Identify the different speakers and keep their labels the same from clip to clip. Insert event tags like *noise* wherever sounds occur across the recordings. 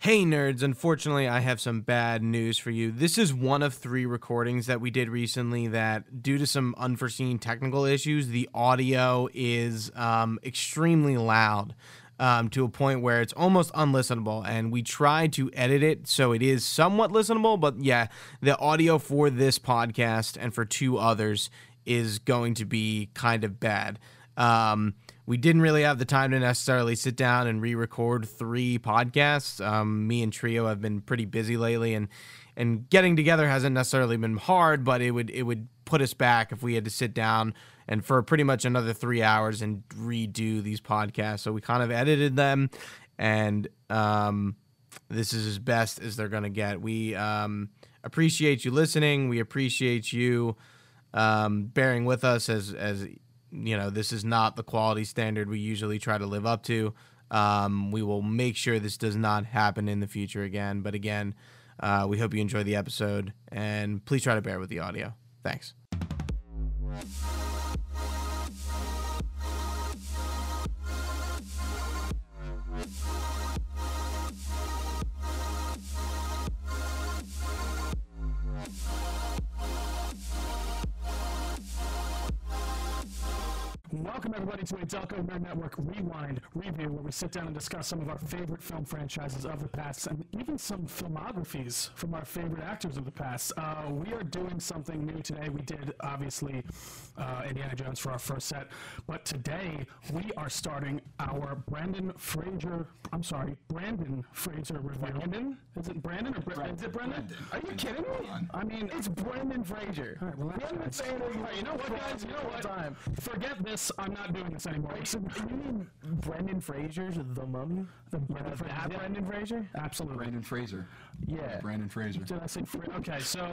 Speaker 1: Hey nerds, unfortunately, I have some bad news for you. This is one of three recordings that we did recently that, due to some unforeseen technical issues, the audio is um, extremely loud um, to a point where it's almost unlistenable. And we tried to edit it so it is somewhat listenable, but yeah, the audio for this podcast and for two others is going to be kind of bad. Um, we didn't really have the time to necessarily sit down and re-record three podcasts. Um, me and Trio have been pretty busy lately, and and getting together hasn't necessarily been hard, but it would it would put us back if we had to sit down and for pretty much another three hours and redo these podcasts. So we kind of edited them, and um, this is as best as they're gonna get. We um, appreciate you listening. We appreciate you um, bearing with us as as you know this is not the quality standard we usually try to live up to. Um, we will make sure this does not happen in the future again. But again, uh, we hope you enjoy the episode and please try to bear with the audio. Thanks.
Speaker 2: Welcome, everybody, to a Delco Nerd Network Rewind review, where we sit down and discuss some of our favorite film franchises of the past and even some filmographies from our favorite actors of the past. Uh, we are doing something new today. We did, obviously, uh, Indiana Jones for our first set, but today we are starting our Brandon Fraser, I'm sorry, Brandon Fraser review. Brandon? Is it Brandon or Bra- Is it Brandon? Are you kidding me? I mean, it's Brandon Fraser. All right, well, that's nice. you know what, guys? You know what? Time. Forget this. I'm not doing this anymore.
Speaker 3: You mean Brendan Fraser's The Mummy? The
Speaker 2: Brendan Fraser, yeah.
Speaker 3: Brendan Fraser?
Speaker 2: Absolutely.
Speaker 4: Brandon Fraser.
Speaker 3: Yeah.
Speaker 4: Brandon Fraser.
Speaker 2: Did I say Fra- Okay, *laughs* so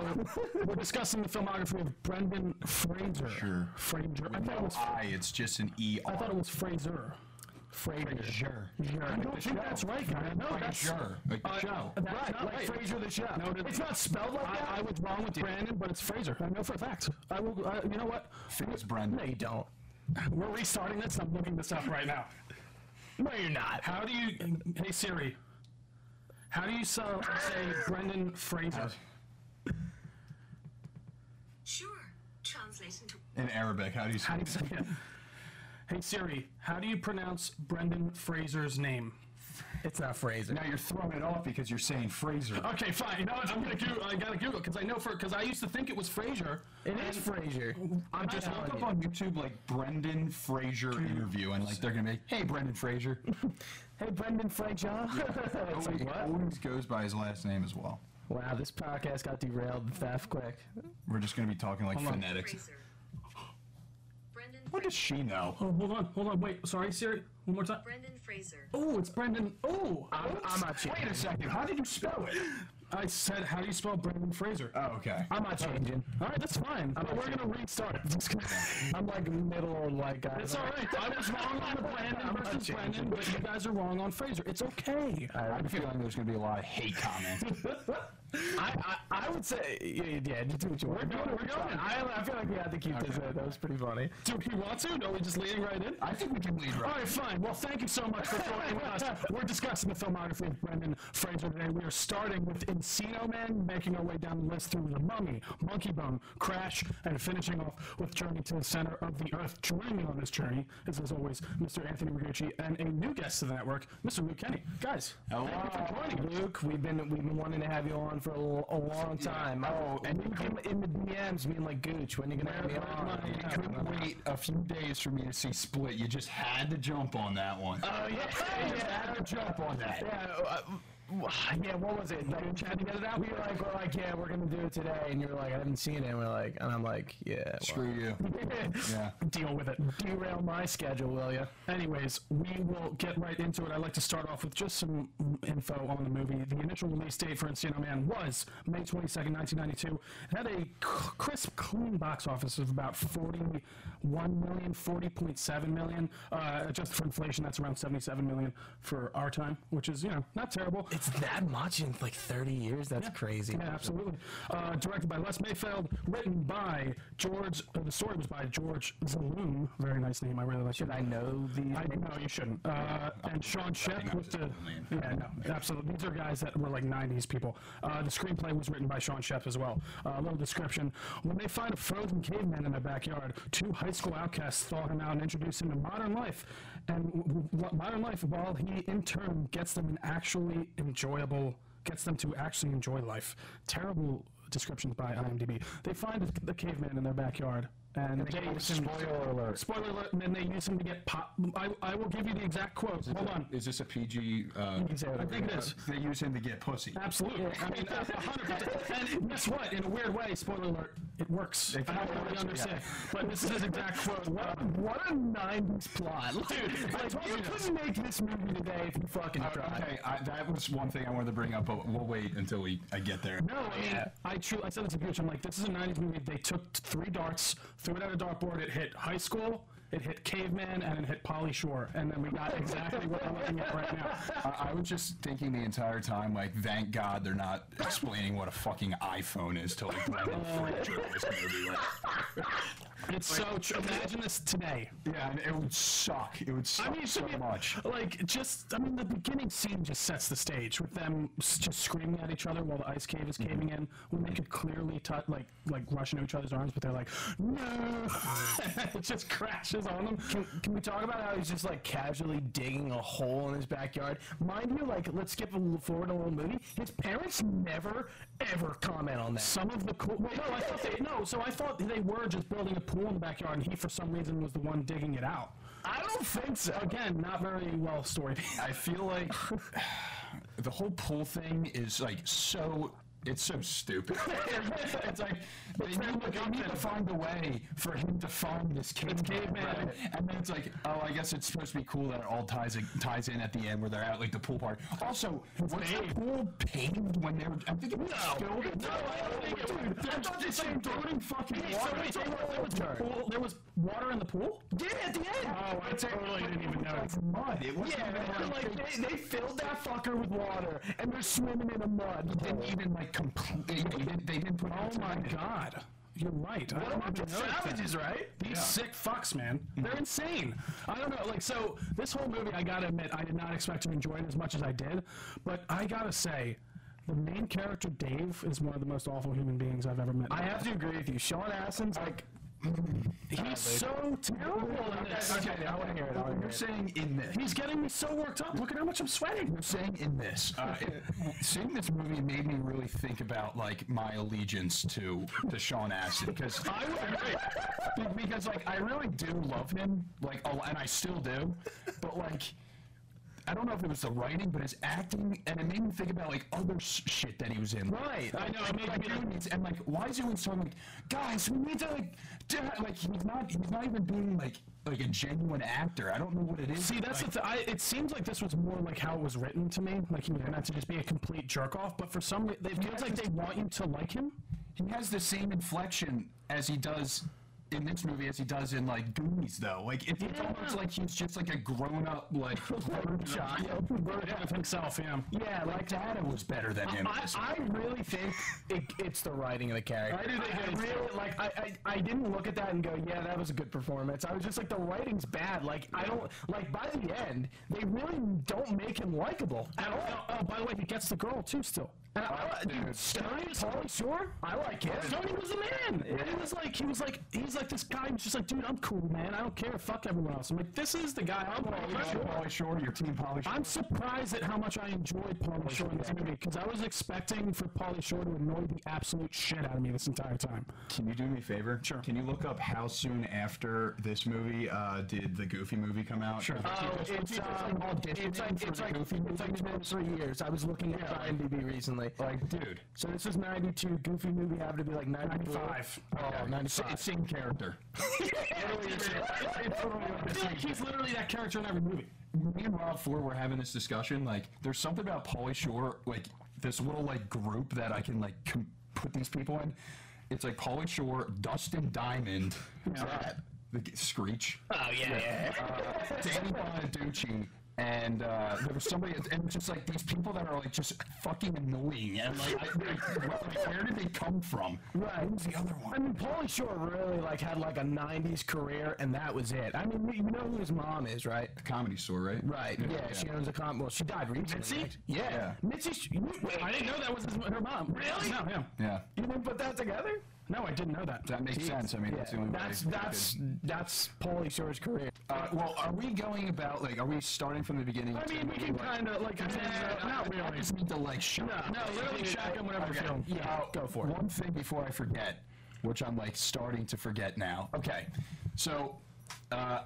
Speaker 2: we're discussing the filmography of Brendan Fraser.
Speaker 4: Sure.
Speaker 2: Fraser. I thought it
Speaker 4: No
Speaker 2: was,
Speaker 4: I, it's just an E
Speaker 2: I thought
Speaker 4: R.
Speaker 2: it was Fraser. Fraser.
Speaker 4: Sure.
Speaker 2: Sure. I don't think that's right, guy. No, that's
Speaker 4: Sure. Like the
Speaker 2: Uh,
Speaker 4: show.
Speaker 2: That's right, like Fraser the Chef. No, it's not spelled like that. I was wrong with Brandon, but it's Fraser. I know for a fact. I will. I, you know what?
Speaker 4: It was Brandon.
Speaker 2: No, you don't. We're restarting this. I'm looking this up right now. No, you're not. How do you? Hey Siri. How do you so, say Brendan Fraser?
Speaker 5: Sure. Translate into
Speaker 4: In Arabic, how do you say
Speaker 2: How do you *laughs* say it? Hey Siri. How do you pronounce Brendan Fraser's name?
Speaker 3: It's not Fraser.
Speaker 4: Now you're throwing it off because you're saying Fraser.
Speaker 2: Okay, fine. You know what? I'm gonna Google. I gotta Google because I know for because I used to think it was Fraser.
Speaker 3: It is Fraser.
Speaker 4: I'm just look up on YouTube like Brendan Fraser interview and like they're gonna be like, hey Brendan
Speaker 3: *laughs*
Speaker 4: Fraser.
Speaker 3: Hey, Brendan *laughs* Fraser.
Speaker 2: Oh,
Speaker 3: It's like,
Speaker 4: He
Speaker 3: what?
Speaker 4: always goes by his last name as well.
Speaker 3: Wow, this podcast got derailed that quick.
Speaker 4: We're just gonna be talking like phonetics.
Speaker 5: Fraser. Brendan,
Speaker 4: What does she know?
Speaker 2: Oh, hold on, hold on. Wait, sorry, Siri. One more time.
Speaker 5: Brendan Fraser.
Speaker 2: Oh, it's Brendan. Oh, I'm,
Speaker 3: I'm not
Speaker 4: Wait
Speaker 3: changing.
Speaker 4: a second, how did you spell it?
Speaker 2: I said, how do you spell Brendan Fraser?
Speaker 4: Oh, okay.
Speaker 3: I'm not changing.
Speaker 2: all right, that's fine. But we're gonna restart. It's
Speaker 3: I'm like middle old white guy.
Speaker 2: all right. I was wrong on the Brandon versus Brendan, but you guys are wrong on Fraser. It's okay.
Speaker 4: I'm feeling there's gonna be a lot of
Speaker 2: *laughs*
Speaker 4: hate comments.
Speaker 3: I, I, I would say, yeah, yeah, yeah, just do what you want. We're going, we're going. I, I feel like we had to keep this in. That was pretty funny.
Speaker 2: Do we want to? No, we're just leading right in.
Speaker 4: I think we can lead
Speaker 2: All
Speaker 4: right.
Speaker 2: right, fine. Well, thank you so much for joining
Speaker 3: *laughs*
Speaker 2: us. We're discussing the filmography of Brendan Fraser today. We are starting with Encino Man, making our way down the list through The Mummy, Monkey Bone, Crash, and finishing off with Journey to the Center of the Earth. Joining me on this journey is, as always, Mr. Anthony Rigucci and a new guest to the network, Mr. Luke Kenny. Guys, thank you for joining us.
Speaker 3: Luke, we've been we've been wanting to have you on for a, l- a long time. Oh, and you came in the DMs being like, Gooch, when are you gonna have me on?
Speaker 4: You couldn't wait a few days for me to see Split. You just had to jump on that one.
Speaker 3: Oh yeah, yeah,
Speaker 4: had to jump on that.
Speaker 3: yeah, uh, w- *sighs* yeah. What was it? Like, we tried to get it out. We were like, we're like, yeah, we're gonna do it today, and you were like, I haven't seen it. And we're like, and I'm like, *laughs* yeah. Well,
Speaker 4: Screw you. Yeah.
Speaker 2: Deal with it.
Speaker 3: derail my schedule, will ya?
Speaker 2: Anyways, we will get right into it. I'd like to start off with just some info on the movie. The initial release date for Encino Man was May 22nd, 1992. It had a c- crisp, clean box office of about 41 million, 40.7 million. Uh, adjusted for inflation, that's around 77 million for our time, which is, you know, not terrible.
Speaker 3: It's that much in like 30 years. That's crazy.
Speaker 2: Yeah, absolutely. Uh, directed by Les Mayfeld, written by George. Uh, the story was by George Zaloom. Very nice name. I really like
Speaker 3: Should
Speaker 2: it.
Speaker 3: I know the?
Speaker 2: I no, you shouldn't. Uh, and Sean Shep
Speaker 4: think I
Speaker 2: with
Speaker 4: was
Speaker 2: the
Speaker 4: just pulling in.
Speaker 2: yeah, no, absolutely. These are guys that were like '90s people. Uh, the screenplay was written by Sean Shep as well. Uh, a little description: When they find a frozen caveman in their backyard, two high school outcasts thaw him out and introduce him to modern life, and w- w- lo- modern life while he in turn gets them an actually enjoyable, gets them to actually enjoy life. Terrible descriptions by IMDb. They find the- the caveman in their backyard. And, they use him-
Speaker 3: Spoiler alert.
Speaker 2: Spoiler alert, and then they use him to get pop. I, I will give you the exact quote. Hold on.
Speaker 4: Is this a PG? Uh,
Speaker 3: can say
Speaker 2: I
Speaker 3: whatever
Speaker 2: think
Speaker 3: you
Speaker 2: it is.
Speaker 4: they use him to get pussy.
Speaker 2: Absolutely. I mean, a- a hundred percent. And guess what? In a weird way, spoiler alert, it works. I don't really understand. But this is his exact quote. What,
Speaker 3: What a 90s plot.
Speaker 2: Dude, I
Speaker 3: like,
Speaker 2: told
Speaker 3: you
Speaker 2: you this. Oh,
Speaker 3: couldn't make this movie today if you fucking
Speaker 4: Uh,
Speaker 3: tried.
Speaker 4: okay, I, that was one thing I wanted to bring up, but we'll wait until we I get there.
Speaker 2: No, I mean, I true. I said this to Gooch. I'm like, this is a '90s movie. They took t- three darts, threw it at a dartboard. It hit high school, it hit caveman, and it hit Polly Shore. And then we got exactly what I'm looking at right now.
Speaker 4: I, I was just thinking the entire time, like, thank God they're not explaining what a fucking iPhone is to like Brendan Fraser in this movie. Like,
Speaker 2: It's so true. Imagine this today.
Speaker 4: yeah, and it would suck. It would suck
Speaker 2: I mean, it
Speaker 4: so
Speaker 2: should be
Speaker 4: much.
Speaker 2: Like, just, I mean, the beginning scene just sets the stage with them s- just screaming at each other while the ice cave is
Speaker 3: Mm-hmm.
Speaker 2: caving in, when they could clearly, tou like, like rush into each other's arms, but they're like, no! *laughs* it just crashes on them.
Speaker 3: Can, can we talk about how he's just like casually digging a hole in his backyard? Mind you, like let's skip a little forward a little movie. His parents never ever comment on that.
Speaker 2: Some of the cool. Well, no, I thought they. No, so I thought they were just building a pool in the backyard, and he, for some reason, was the one digging it out.
Speaker 3: I don't think so.
Speaker 2: Again, not very well storied.
Speaker 4: I feel like *sighs* the whole pool thing is like so. It's so stupid. *laughs* it's like they need, they need to find a way for him to find this caveman,
Speaker 2: caveman.
Speaker 4: right? and then it's like, oh, I guess it's supposed to be cool that it all ties in, ties in at the end where they're at like the pool party. Also, was the
Speaker 2: paved.
Speaker 4: pool paved when they were? I think it was
Speaker 2: No,
Speaker 4: filled.
Speaker 2: I don't think it was.
Speaker 4: Dude,
Speaker 2: I
Speaker 4: they're
Speaker 2: thought they
Speaker 4: just
Speaker 2: said
Speaker 4: throwing fucking
Speaker 2: Wait, so wait, there
Speaker 4: water.
Speaker 2: was- there was
Speaker 3: Sorry.
Speaker 2: pool- there was water in the pool?
Speaker 3: Yeah, at the end.
Speaker 2: Oh, I totally didn't even notice.
Speaker 4: mud. It wasn't
Speaker 3: yeah,
Speaker 4: even,
Speaker 3: man,
Speaker 4: like,
Speaker 3: *laughs* like they, they filled that fucker with water, and they're swimming in the mud.
Speaker 4: they didn't even like complete. They, they didn't, they didn't put.
Speaker 2: Oh my god. You're right. I don't
Speaker 3: about
Speaker 2: even
Speaker 3: the
Speaker 2: know that.
Speaker 3: savages, right?
Speaker 2: These sick fucks, man. They're insane. I don't know. Like, so this whole movie, I gotta admit, I did not expect to enjoy it as much as I did. But I gotta say, the main character, Dave, is one of the most awful human beings I've ever met.
Speaker 3: I have to agree with you. Sean Astin's like
Speaker 2: *clears throat* He's so terrible in this.
Speaker 3: okay, I want to hear it. I wanna hear
Speaker 4: You're
Speaker 3: it.
Speaker 4: saying in this.
Speaker 2: He's getting me so worked up. Look at how much I'm sweating.
Speaker 4: I'm saying in this, uh, it- seeing this movie made me really think about like my allegiance to to Sean Astin because I would- because like I really do love him like a lo- and I still do, but like. I don't know if it was the writing, but his acting, and it made me think about like other s- shit that he was in.
Speaker 3: Right, I
Speaker 4: I
Speaker 2: know,
Speaker 4: know.
Speaker 2: it made
Speaker 4: like,
Speaker 2: me like-
Speaker 4: dude needs, and like, why is he always telling like, guys, we need to like, do, like he's not, he's not even being like, like a genuine actor. I don't know what it is.
Speaker 2: See, that's
Speaker 4: like,
Speaker 2: the thing. It seems like this was more like how it was written to me. Like he was meant to just be a complete jerk off. But for some reason, it feels like they want you to like him.
Speaker 4: He has the same inflection as he does in this movie as he does in like Goonies, though. Like it, it's almost like he's just like a grown up like grown child.
Speaker 2: Version of himself, yeah.
Speaker 4: Yeah, like that was better than him.
Speaker 3: I, I really think it, it's the writing of the character.
Speaker 2: I do think it is,
Speaker 3: really
Speaker 2: too.
Speaker 3: like. I, I I didn't look at that and go, yeah, that was a good performance. I was just like, the writing's bad. Like I don't like by the end, they really don't make him likable at all.
Speaker 2: Oh, oh, by the way, he gets the girl too still.
Speaker 3: And I, I, dude, seriously, Shore, I like him.
Speaker 2: Tony was the man. And he was like, he was like, he's like this guy who's just like, dude, I'm cool, man. I don't care. Fuck everyone else. I'm like, this is the guy I'm
Speaker 4: Polly Shore, Polly Shore, your team Polly Shore.
Speaker 2: I'm surprised at how much I enjoyed Pauly Shore in this movie because I was expecting for Pauly Shore to annoy the absolute shit out of me this entire time.
Speaker 4: Can you do me a favor? Sure. Can you look up how soon after this movie uh, did the Goofy movie come out? Sure.
Speaker 3: Oh, it's, um, it's like it's like it's like 23 years. I was looking at IMDb recently.
Speaker 4: like, dude,
Speaker 3: So this was 92. Goofy movie had to be like 94.
Speaker 2: 95.
Speaker 3: Oh, 95.
Speaker 4: it's same character.
Speaker 3: *laughs*
Speaker 2: I feel like he's literally that character in every movie.
Speaker 4: me and Rob Four were having this discussion. Like, there's something about Pauly Shore, like this little like group that I can like com- put these people in. It's like Pauly Shore, Dustin Diamond, uh, the g- Screech,
Speaker 3: oh yeah. yeah.
Speaker 4: Danny Uh, Bonaducci, and uh, there was somebody, and just like these people that are like just fucking annoying, and like, I, like, what- like, where did they come from?
Speaker 3: Right.
Speaker 4: Who's the other one?
Speaker 3: I mean, Pauly Shore really like had like a '90s career, and that was it. I mean, you you know who his mom is, right?
Speaker 4: Comedy store, right?
Speaker 3: Right. Yeah, she owns a com. Well, she died recently.
Speaker 2: Mitzi?
Speaker 3: right? Yeah.
Speaker 4: Yeah.
Speaker 3: Mitzi. Sh- you- wait,
Speaker 2: I didn't know that was his, her mom. Really? No, yeah.
Speaker 4: Yeah,
Speaker 3: You didn't put that together?
Speaker 2: No, I didn't know that.
Speaker 4: that makes sense. I mean,
Speaker 3: Yeah.
Speaker 4: that's the only way
Speaker 3: That's
Speaker 4: they
Speaker 3: that's
Speaker 4: could-
Speaker 3: that's Pauly Shore's career.
Speaker 4: Uh, well, are we going about like? Are we starting from the beginning?
Speaker 2: I mean, we can kind of like.
Speaker 4: Nah,
Speaker 2: not
Speaker 4: I
Speaker 2: really.
Speaker 4: just need to like shut up.
Speaker 2: No, literally shotgun whatever
Speaker 4: Okay.
Speaker 2: film.
Speaker 3: Yeah, go for it.
Speaker 4: One thing before I forget, which I'm like starting to forget now. Okay, so uh,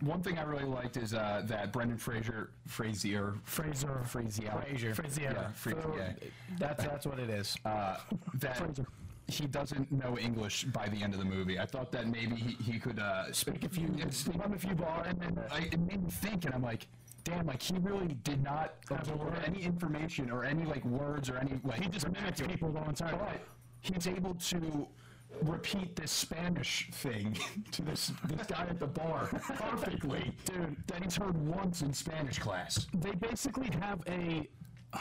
Speaker 4: one thing I really liked is uh, that Brendan Fraser, Frazier,
Speaker 2: Fraser.
Speaker 4: Frazier,
Speaker 3: Frazier.
Speaker 2: Frazier.
Speaker 4: yeah, Frazier,
Speaker 3: That's that's what it is.
Speaker 4: uh, that
Speaker 2: Fraser.
Speaker 4: he doesn't know English by the end of the movie. I thought that maybe he, he could uh, speak a few, run a few bars, and then I, it made me think, and I'm like. Damn, like he really did not absorb any information or any like words or any like
Speaker 2: He just mimicked people the whole entire
Speaker 4: but he's able to repeat this Spanish thing *laughs* to this this guy at the *laughs* bar perfectly, dude. That he's heard once in Spanish class.
Speaker 2: They basically have a.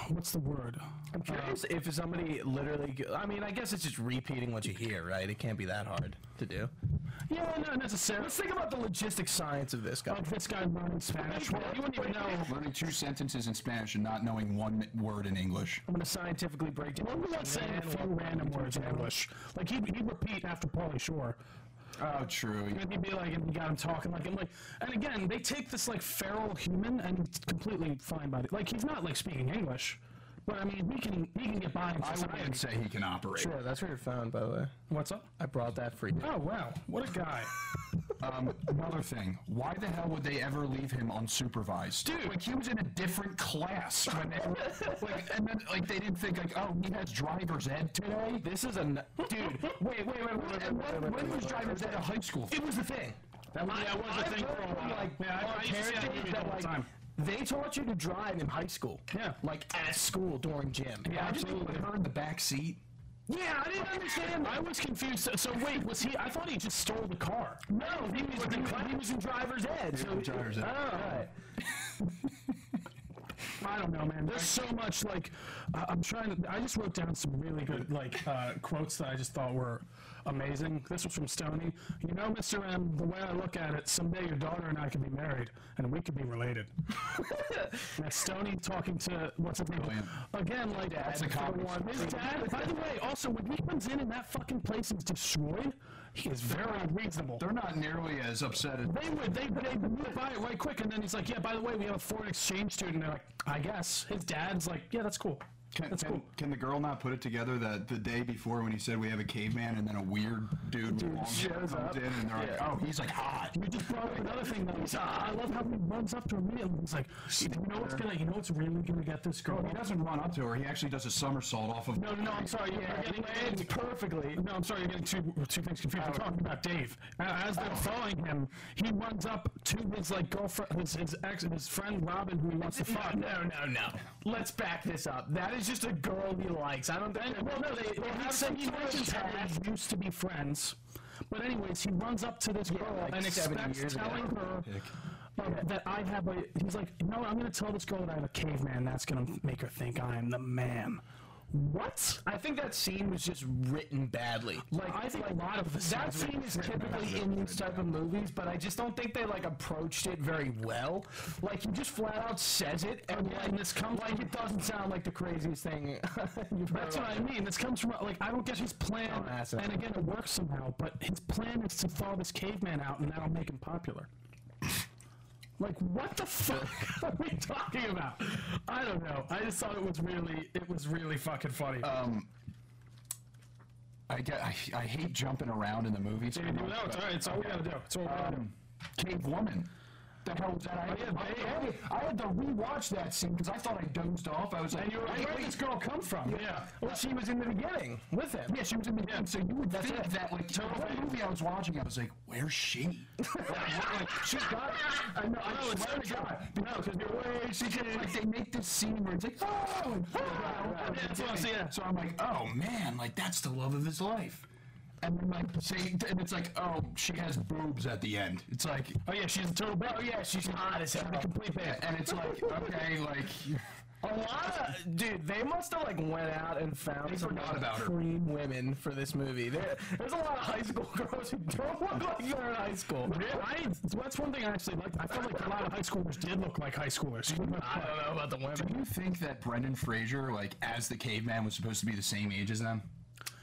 Speaker 2: What's the word? Uh,
Speaker 3: I'm curious if somebody literally. go- I mean, I guess it's just repeating what you hear, right? It can't be that hard to do.
Speaker 2: Yeah, not necessarily.
Speaker 3: Let's think about the logistic science of this guy.
Speaker 2: Like this guy learning Spanish. Well, you wouldn't even know.
Speaker 4: Learning two sentences in Spanish and not knowing one word in English.
Speaker 2: Uh,
Speaker 3: I'm gonna scientifically break down.
Speaker 2: Remember that saying a few random words in English? Like he'd, he'd repeat after Paulie Shore.
Speaker 4: Oh, true.
Speaker 2: And he'd be like, and he got him talking like, I'm like, and again, they take this like feral human and it's completely fine by the, like he's not like speaking English, but I mean he can he can get by in
Speaker 4: I
Speaker 2: society.
Speaker 4: wouldn't say he can operate.
Speaker 3: Yeah, that's where your phone, by the way.
Speaker 2: What's up?
Speaker 3: I brought that for you.
Speaker 2: Oh wow, what a
Speaker 3: *laughs*
Speaker 2: guy!
Speaker 4: Um, another thing, why the hell would they ever leave him unsupervised? Dude, like he was in a
Speaker 3: *laughs*
Speaker 4: different class when they were, like, and then like they didn't think like, oh, he has driver's ed today.
Speaker 3: This is a n- dude.
Speaker 4: Wait, wait, wait, wait, wait,
Speaker 3: wait, wait, wait,
Speaker 4: when
Speaker 3: wait,
Speaker 4: was
Speaker 3: wait.
Speaker 4: driver's ed a high school?
Speaker 3: It was the thing.
Speaker 2: That was, that was a thing for a while.
Speaker 3: Like,
Speaker 2: yeah, I, I used to see that
Speaker 3: parenting
Speaker 2: movie
Speaker 3: that,
Speaker 2: the whole
Speaker 3: like,
Speaker 2: time.
Speaker 3: They taught you to drive in high school.
Speaker 2: Yeah.
Speaker 3: Like at school during gym.
Speaker 2: Yeah, absolutely.
Speaker 4: Her in the back seat.
Speaker 2: Yeah, I didn't understand. I was confused. So, so wait, was he? I thought he just stole the car.
Speaker 3: No, he was, he, was- he was in driver's ed. Oh. So
Speaker 4: driver's ed.
Speaker 3: Oh, right.
Speaker 2: *laughs* I don't know, man. There's so much like I I'm trying to. I just wrote down some really good like uh, quotes that I just thought were amazing. This was from Stony. You know, Mr. M, the way I look at it, someday your daughter and I could be married, and we could be related. That's Stony talking to what's his name
Speaker 4: Brilliant.
Speaker 2: again, like
Speaker 4: That's a comedy
Speaker 2: one. His dad. By the way, also when he comes in and that fucking place is destroyed, he is very reasonable.
Speaker 4: They're not nearly as upset as
Speaker 2: They would. They they would buy it right quick, and then he's like, "Yeah, by the way, we have a foreign exchange student." And they're like, "I guess." His dad's like, "Yeah, that's cool.
Speaker 6: Can,
Speaker 2: that's cool."
Speaker 6: can, can the girl not put it together that the day before when he said we have a caveman and then a weird dude, with long hair
Speaker 3: shows
Speaker 6: comes
Speaker 3: up.
Speaker 6: in and they're like, oh, he's like hot.
Speaker 2: You just brought up another thing though. He's, ah, I love how he runs up to her immediately. He's like, "You know what's gonna? You know what's really gonna get this girl?"
Speaker 6: He doesn't run up "Oh," to her. He actually does a somersault off of.
Speaker 2: No, no, no. I'm sorry. You're
Speaker 3: Yeah,
Speaker 2: getting
Speaker 3: he lands perfectly. Oh.
Speaker 2: No, I'm sorry. You're getting two two things confused. We're talking about Dave. Uh, As they're following him, he runs up to his like girlfriend, his, his ex, his friend Robin, who he wants to fuck.
Speaker 3: No, no, no. Let's back this up. That is just a girl he likes. I don't think.
Speaker 2: Well, no, they, they have some
Speaker 3: some sort of
Speaker 2: mentions how they used to be friends. But anyways, he runs up to this girl
Speaker 3: like
Speaker 2: and
Speaker 3: 70
Speaker 2: expects
Speaker 3: years ago.
Speaker 2: telling her um, that I have a. He's like, no, I'm gonna tell this girl that I have a caveman. That's gonna make her think I am the man. What?
Speaker 3: I think that scene was just written badly.
Speaker 2: Like, I think a lot of this.
Speaker 3: That scene is typically in these type of movies, but I just don't think they like approached it very well. Like he just flat out says it, and like this comes like it doesn't sound like the craziest thing. *laughs* you've heard
Speaker 2: That's what I mean. This comes from like I don't get his plan,
Speaker 3: Dumbass.
Speaker 2: and again, it works somehow. But his plan is to thaw this caveman out, and that'll make him popular. like, what the fuck *laughs* are we talking about? I don't know. I just thought it was really, it was really fucking
Speaker 3: Oh,
Speaker 2: funny.
Speaker 4: I get. I, I hate jumping around in the movies.
Speaker 2: Dude, no, it's all right. It's all we gotta do. It's all we gotta do.
Speaker 4: um, Cave Woman. The hell was that? I, I, had, I had to rewatch that scene because I thought I dozed off. I was like,
Speaker 2: You're like,
Speaker 4: "Wait,
Speaker 2: where did
Speaker 4: wait."
Speaker 2: this girl come from? Yeah.
Speaker 3: Well, she was in the beginning with him.
Speaker 4: Yeah, she was in the yeah. so you would think that like the whole movie I was watching, I was like, "Where's she?" like, *laughs* like, she's got. I know. I
Speaker 2: it's
Speaker 4: swear
Speaker 2: so
Speaker 4: to God, because you're way she can. Like they make this scene where it's like, "Oh, oh,"
Speaker 2: Yeah, that's what I'm saying.
Speaker 4: So I'm like, "Oh man, like that's the love of his life." and then like say, and it's like, oh, she has boobs at the end. It's like,
Speaker 3: Oh yeah, she's a total. bro- Oh yeah, she's hot as hell. Complete bitch.
Speaker 4: and it's like,
Speaker 3: *laughs*
Speaker 4: okay, like
Speaker 3: A lot of dude, they must have like went out and found some
Speaker 4: forgot
Speaker 3: like,
Speaker 4: about her.
Speaker 3: cream women for this movie. There, there's a lot of high school *laughs* girls who don't look like they're in high school.
Speaker 2: I, that's one thing I actually liked. I felt like a lot of high schoolers did look like high schoolers.
Speaker 3: *laughs* I don't know about the women.
Speaker 4: Do you think that Brendan Fraser, like as the caveman, was supposed to be the same age as them?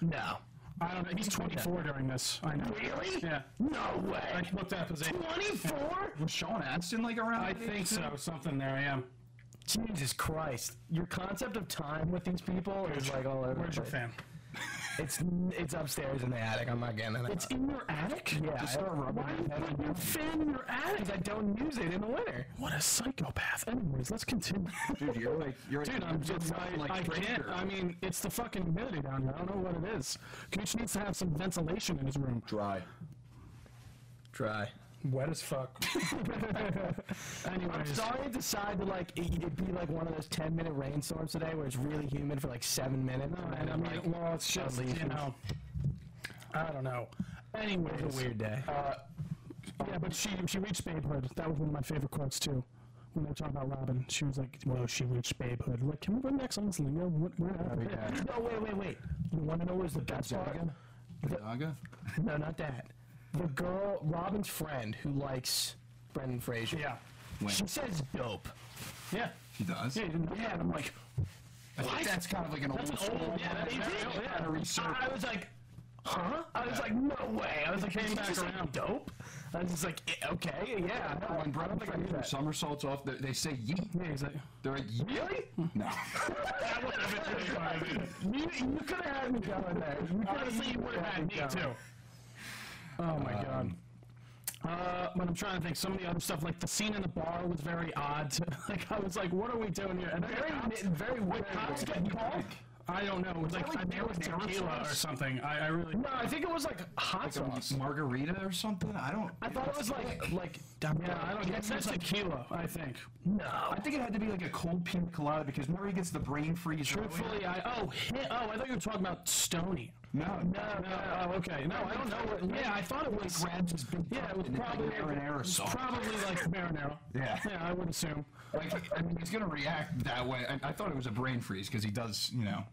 Speaker 3: No,
Speaker 2: I don't know. He's 24 during this. I know.
Speaker 3: really?
Speaker 2: Yeah.
Speaker 3: No way.
Speaker 2: I looked up his age.
Speaker 3: 24?
Speaker 4: Was Sean Astin like around?
Speaker 2: I
Speaker 4: that age?
Speaker 2: think so. Something there. I am.
Speaker 3: Jesus Christ! Your concept of time with these people is like all over. the
Speaker 2: Where's your
Speaker 3: place.
Speaker 2: fan?
Speaker 3: It's it's upstairs in the attic. I'm not getting it.
Speaker 2: It's in your attic.
Speaker 3: yeah.
Speaker 2: Just
Speaker 3: I-
Speaker 2: start rubbing
Speaker 3: why
Speaker 2: it.
Speaker 3: do you put your fan in your attic? 'Cause I don't use it in the winter.
Speaker 2: What a psychopath. Anyways, let's
Speaker 3: *laughs*
Speaker 2: continue.
Speaker 4: Dude, you're like, you're
Speaker 2: Dude, I'm just I, I can't. I mean, it's the fucking humidity down here. I don't know what it is. Gooch needs to have some ventilation in his room. *laughs*
Speaker 4: dry.
Speaker 3: Try.
Speaker 2: Wet as fuck.
Speaker 3: I'm
Speaker 2: Anyways,
Speaker 3: starting to decide to like it- it'd be like one of those 10 minute rainstorms today where it's really humid for like seven minutes.
Speaker 2: and
Speaker 3: and
Speaker 2: I
Speaker 3: I'm
Speaker 2: mean,
Speaker 3: like,
Speaker 2: well, it's just you
Speaker 3: leaving.
Speaker 2: know. I don't know. Anyways,
Speaker 3: it's a *laughs* weird day.
Speaker 2: Yeah, but she she reached babehood. That was one of my favorite quotes too. When they were talking about Robin, she was like, "Well, she reached babehood." Like, can we go next on this lingo? What, what happened?
Speaker 3: no, wait, wait, wait. You want to know what's the best part?
Speaker 6: Daga?
Speaker 3: No, not that. The girl, Robin's friend, who likes Brendan Fraser.
Speaker 2: Yeah,
Speaker 3: She says dope.
Speaker 2: yeah,
Speaker 6: She does.
Speaker 2: yeah. You didn't know that? I'm like,
Speaker 4: I think that's kind of like an old.
Speaker 2: that's an old. Yeah, that's
Speaker 3: They
Speaker 2: very
Speaker 3: did.
Speaker 2: old,
Speaker 3: I-
Speaker 2: yeah.
Speaker 3: I, was like, huh? I was like, no way. I was like, came
Speaker 2: back
Speaker 3: back
Speaker 2: around.
Speaker 3: around. Dope. I was just like, "Eh, okay, yeah. No,
Speaker 4: When
Speaker 3: I
Speaker 4: Brendan
Speaker 3: don't think I knew
Speaker 4: Fraser
Speaker 3: that.
Speaker 4: somersaults off, they, they say yeet.
Speaker 2: Yeah, he's like,
Speaker 4: They're like, yeet?
Speaker 3: Really?
Speaker 4: *laughs* No.
Speaker 2: that would have been really funny.
Speaker 3: You, you could have had me going there. You coulda-
Speaker 2: Honestly, you would have had me too. Oh my god.
Speaker 3: Um,
Speaker 2: Uh, but I'm trying to think. Some of the other stuff, like the scene in the bar, was very odd. *laughs* like I was like, "What are we doing here?" And then
Speaker 3: Very,
Speaker 2: the cops-
Speaker 3: mi- very weird.
Speaker 2: cops get called. I don't know. It was like,
Speaker 3: like
Speaker 2: I think it was
Speaker 3: Derek
Speaker 2: tequila or
Speaker 3: Harris?
Speaker 2: something. I, I really.
Speaker 3: No, I think it was like hot sauce.
Speaker 6: Margarita or something? I don't.
Speaker 3: I thought it was like like. Yeah,
Speaker 2: I don't. It
Speaker 3: get
Speaker 2: says
Speaker 3: it.
Speaker 2: tequila. I think.
Speaker 3: No.
Speaker 6: I think it had to be like a cold pink colada because remember he gets the brain freeze. earlier?
Speaker 2: Truthfully, I oh hi- oh I thought you were talking about Stony.
Speaker 6: No,
Speaker 2: No, no. Oh, okay. No, I don't know. What, yeah, I thought it was.
Speaker 6: grabs his big
Speaker 2: Yeah, it was
Speaker 6: and it's
Speaker 2: probably
Speaker 6: like marinara sauce.
Speaker 2: Probably like marinara.
Speaker 6: Yeah.
Speaker 2: *laughs* Yeah, I would assume.
Speaker 4: Like, I mean, he's gonna react that way. I, I thought it was a brain freeze because he does, you know,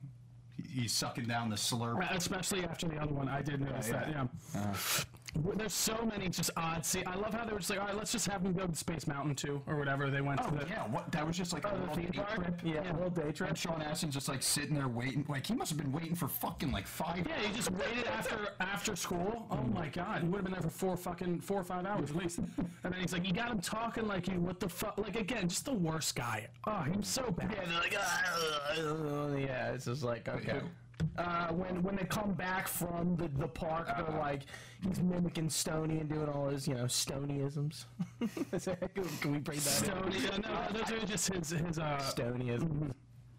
Speaker 4: he, he's sucking down the slurp.
Speaker 2: Especially after the other one, I did notice that. Yeah.
Speaker 4: yeah.
Speaker 2: W- There's so many just odd. See, I love how they were just like, all right, let's just have them go to Space Mountain too, or whatever they went to. The,
Speaker 4: Yeah, what? That was just like a little
Speaker 3: Oh, theme
Speaker 4: day
Speaker 3: park?
Speaker 4: trip.
Speaker 3: Yeah, a little day trip.
Speaker 4: And Sean Astin's just like sitting there waiting. Like he must have been waiting for fucking like five.
Speaker 2: Yeah, you just waited after after school. Oh my god, you would have been there for four fucking four or five hours at least. And then he's like, you got him talking like you. What the fuck? Like again, just the worst guy. Oh, he's so bad.
Speaker 3: Yeah, they're like, "Ah," *laughs* yeah, it's just like, okay. Uh, when when they come back from the, the park,
Speaker 2: Uh-huh.
Speaker 3: they're like, he's mimicking Stony and doing all his, you know, Stonyisms. *laughs* Can we bring that in?
Speaker 2: Stony. Yeah, no, *laughs* those are just his his uh.
Speaker 3: Stonyisms.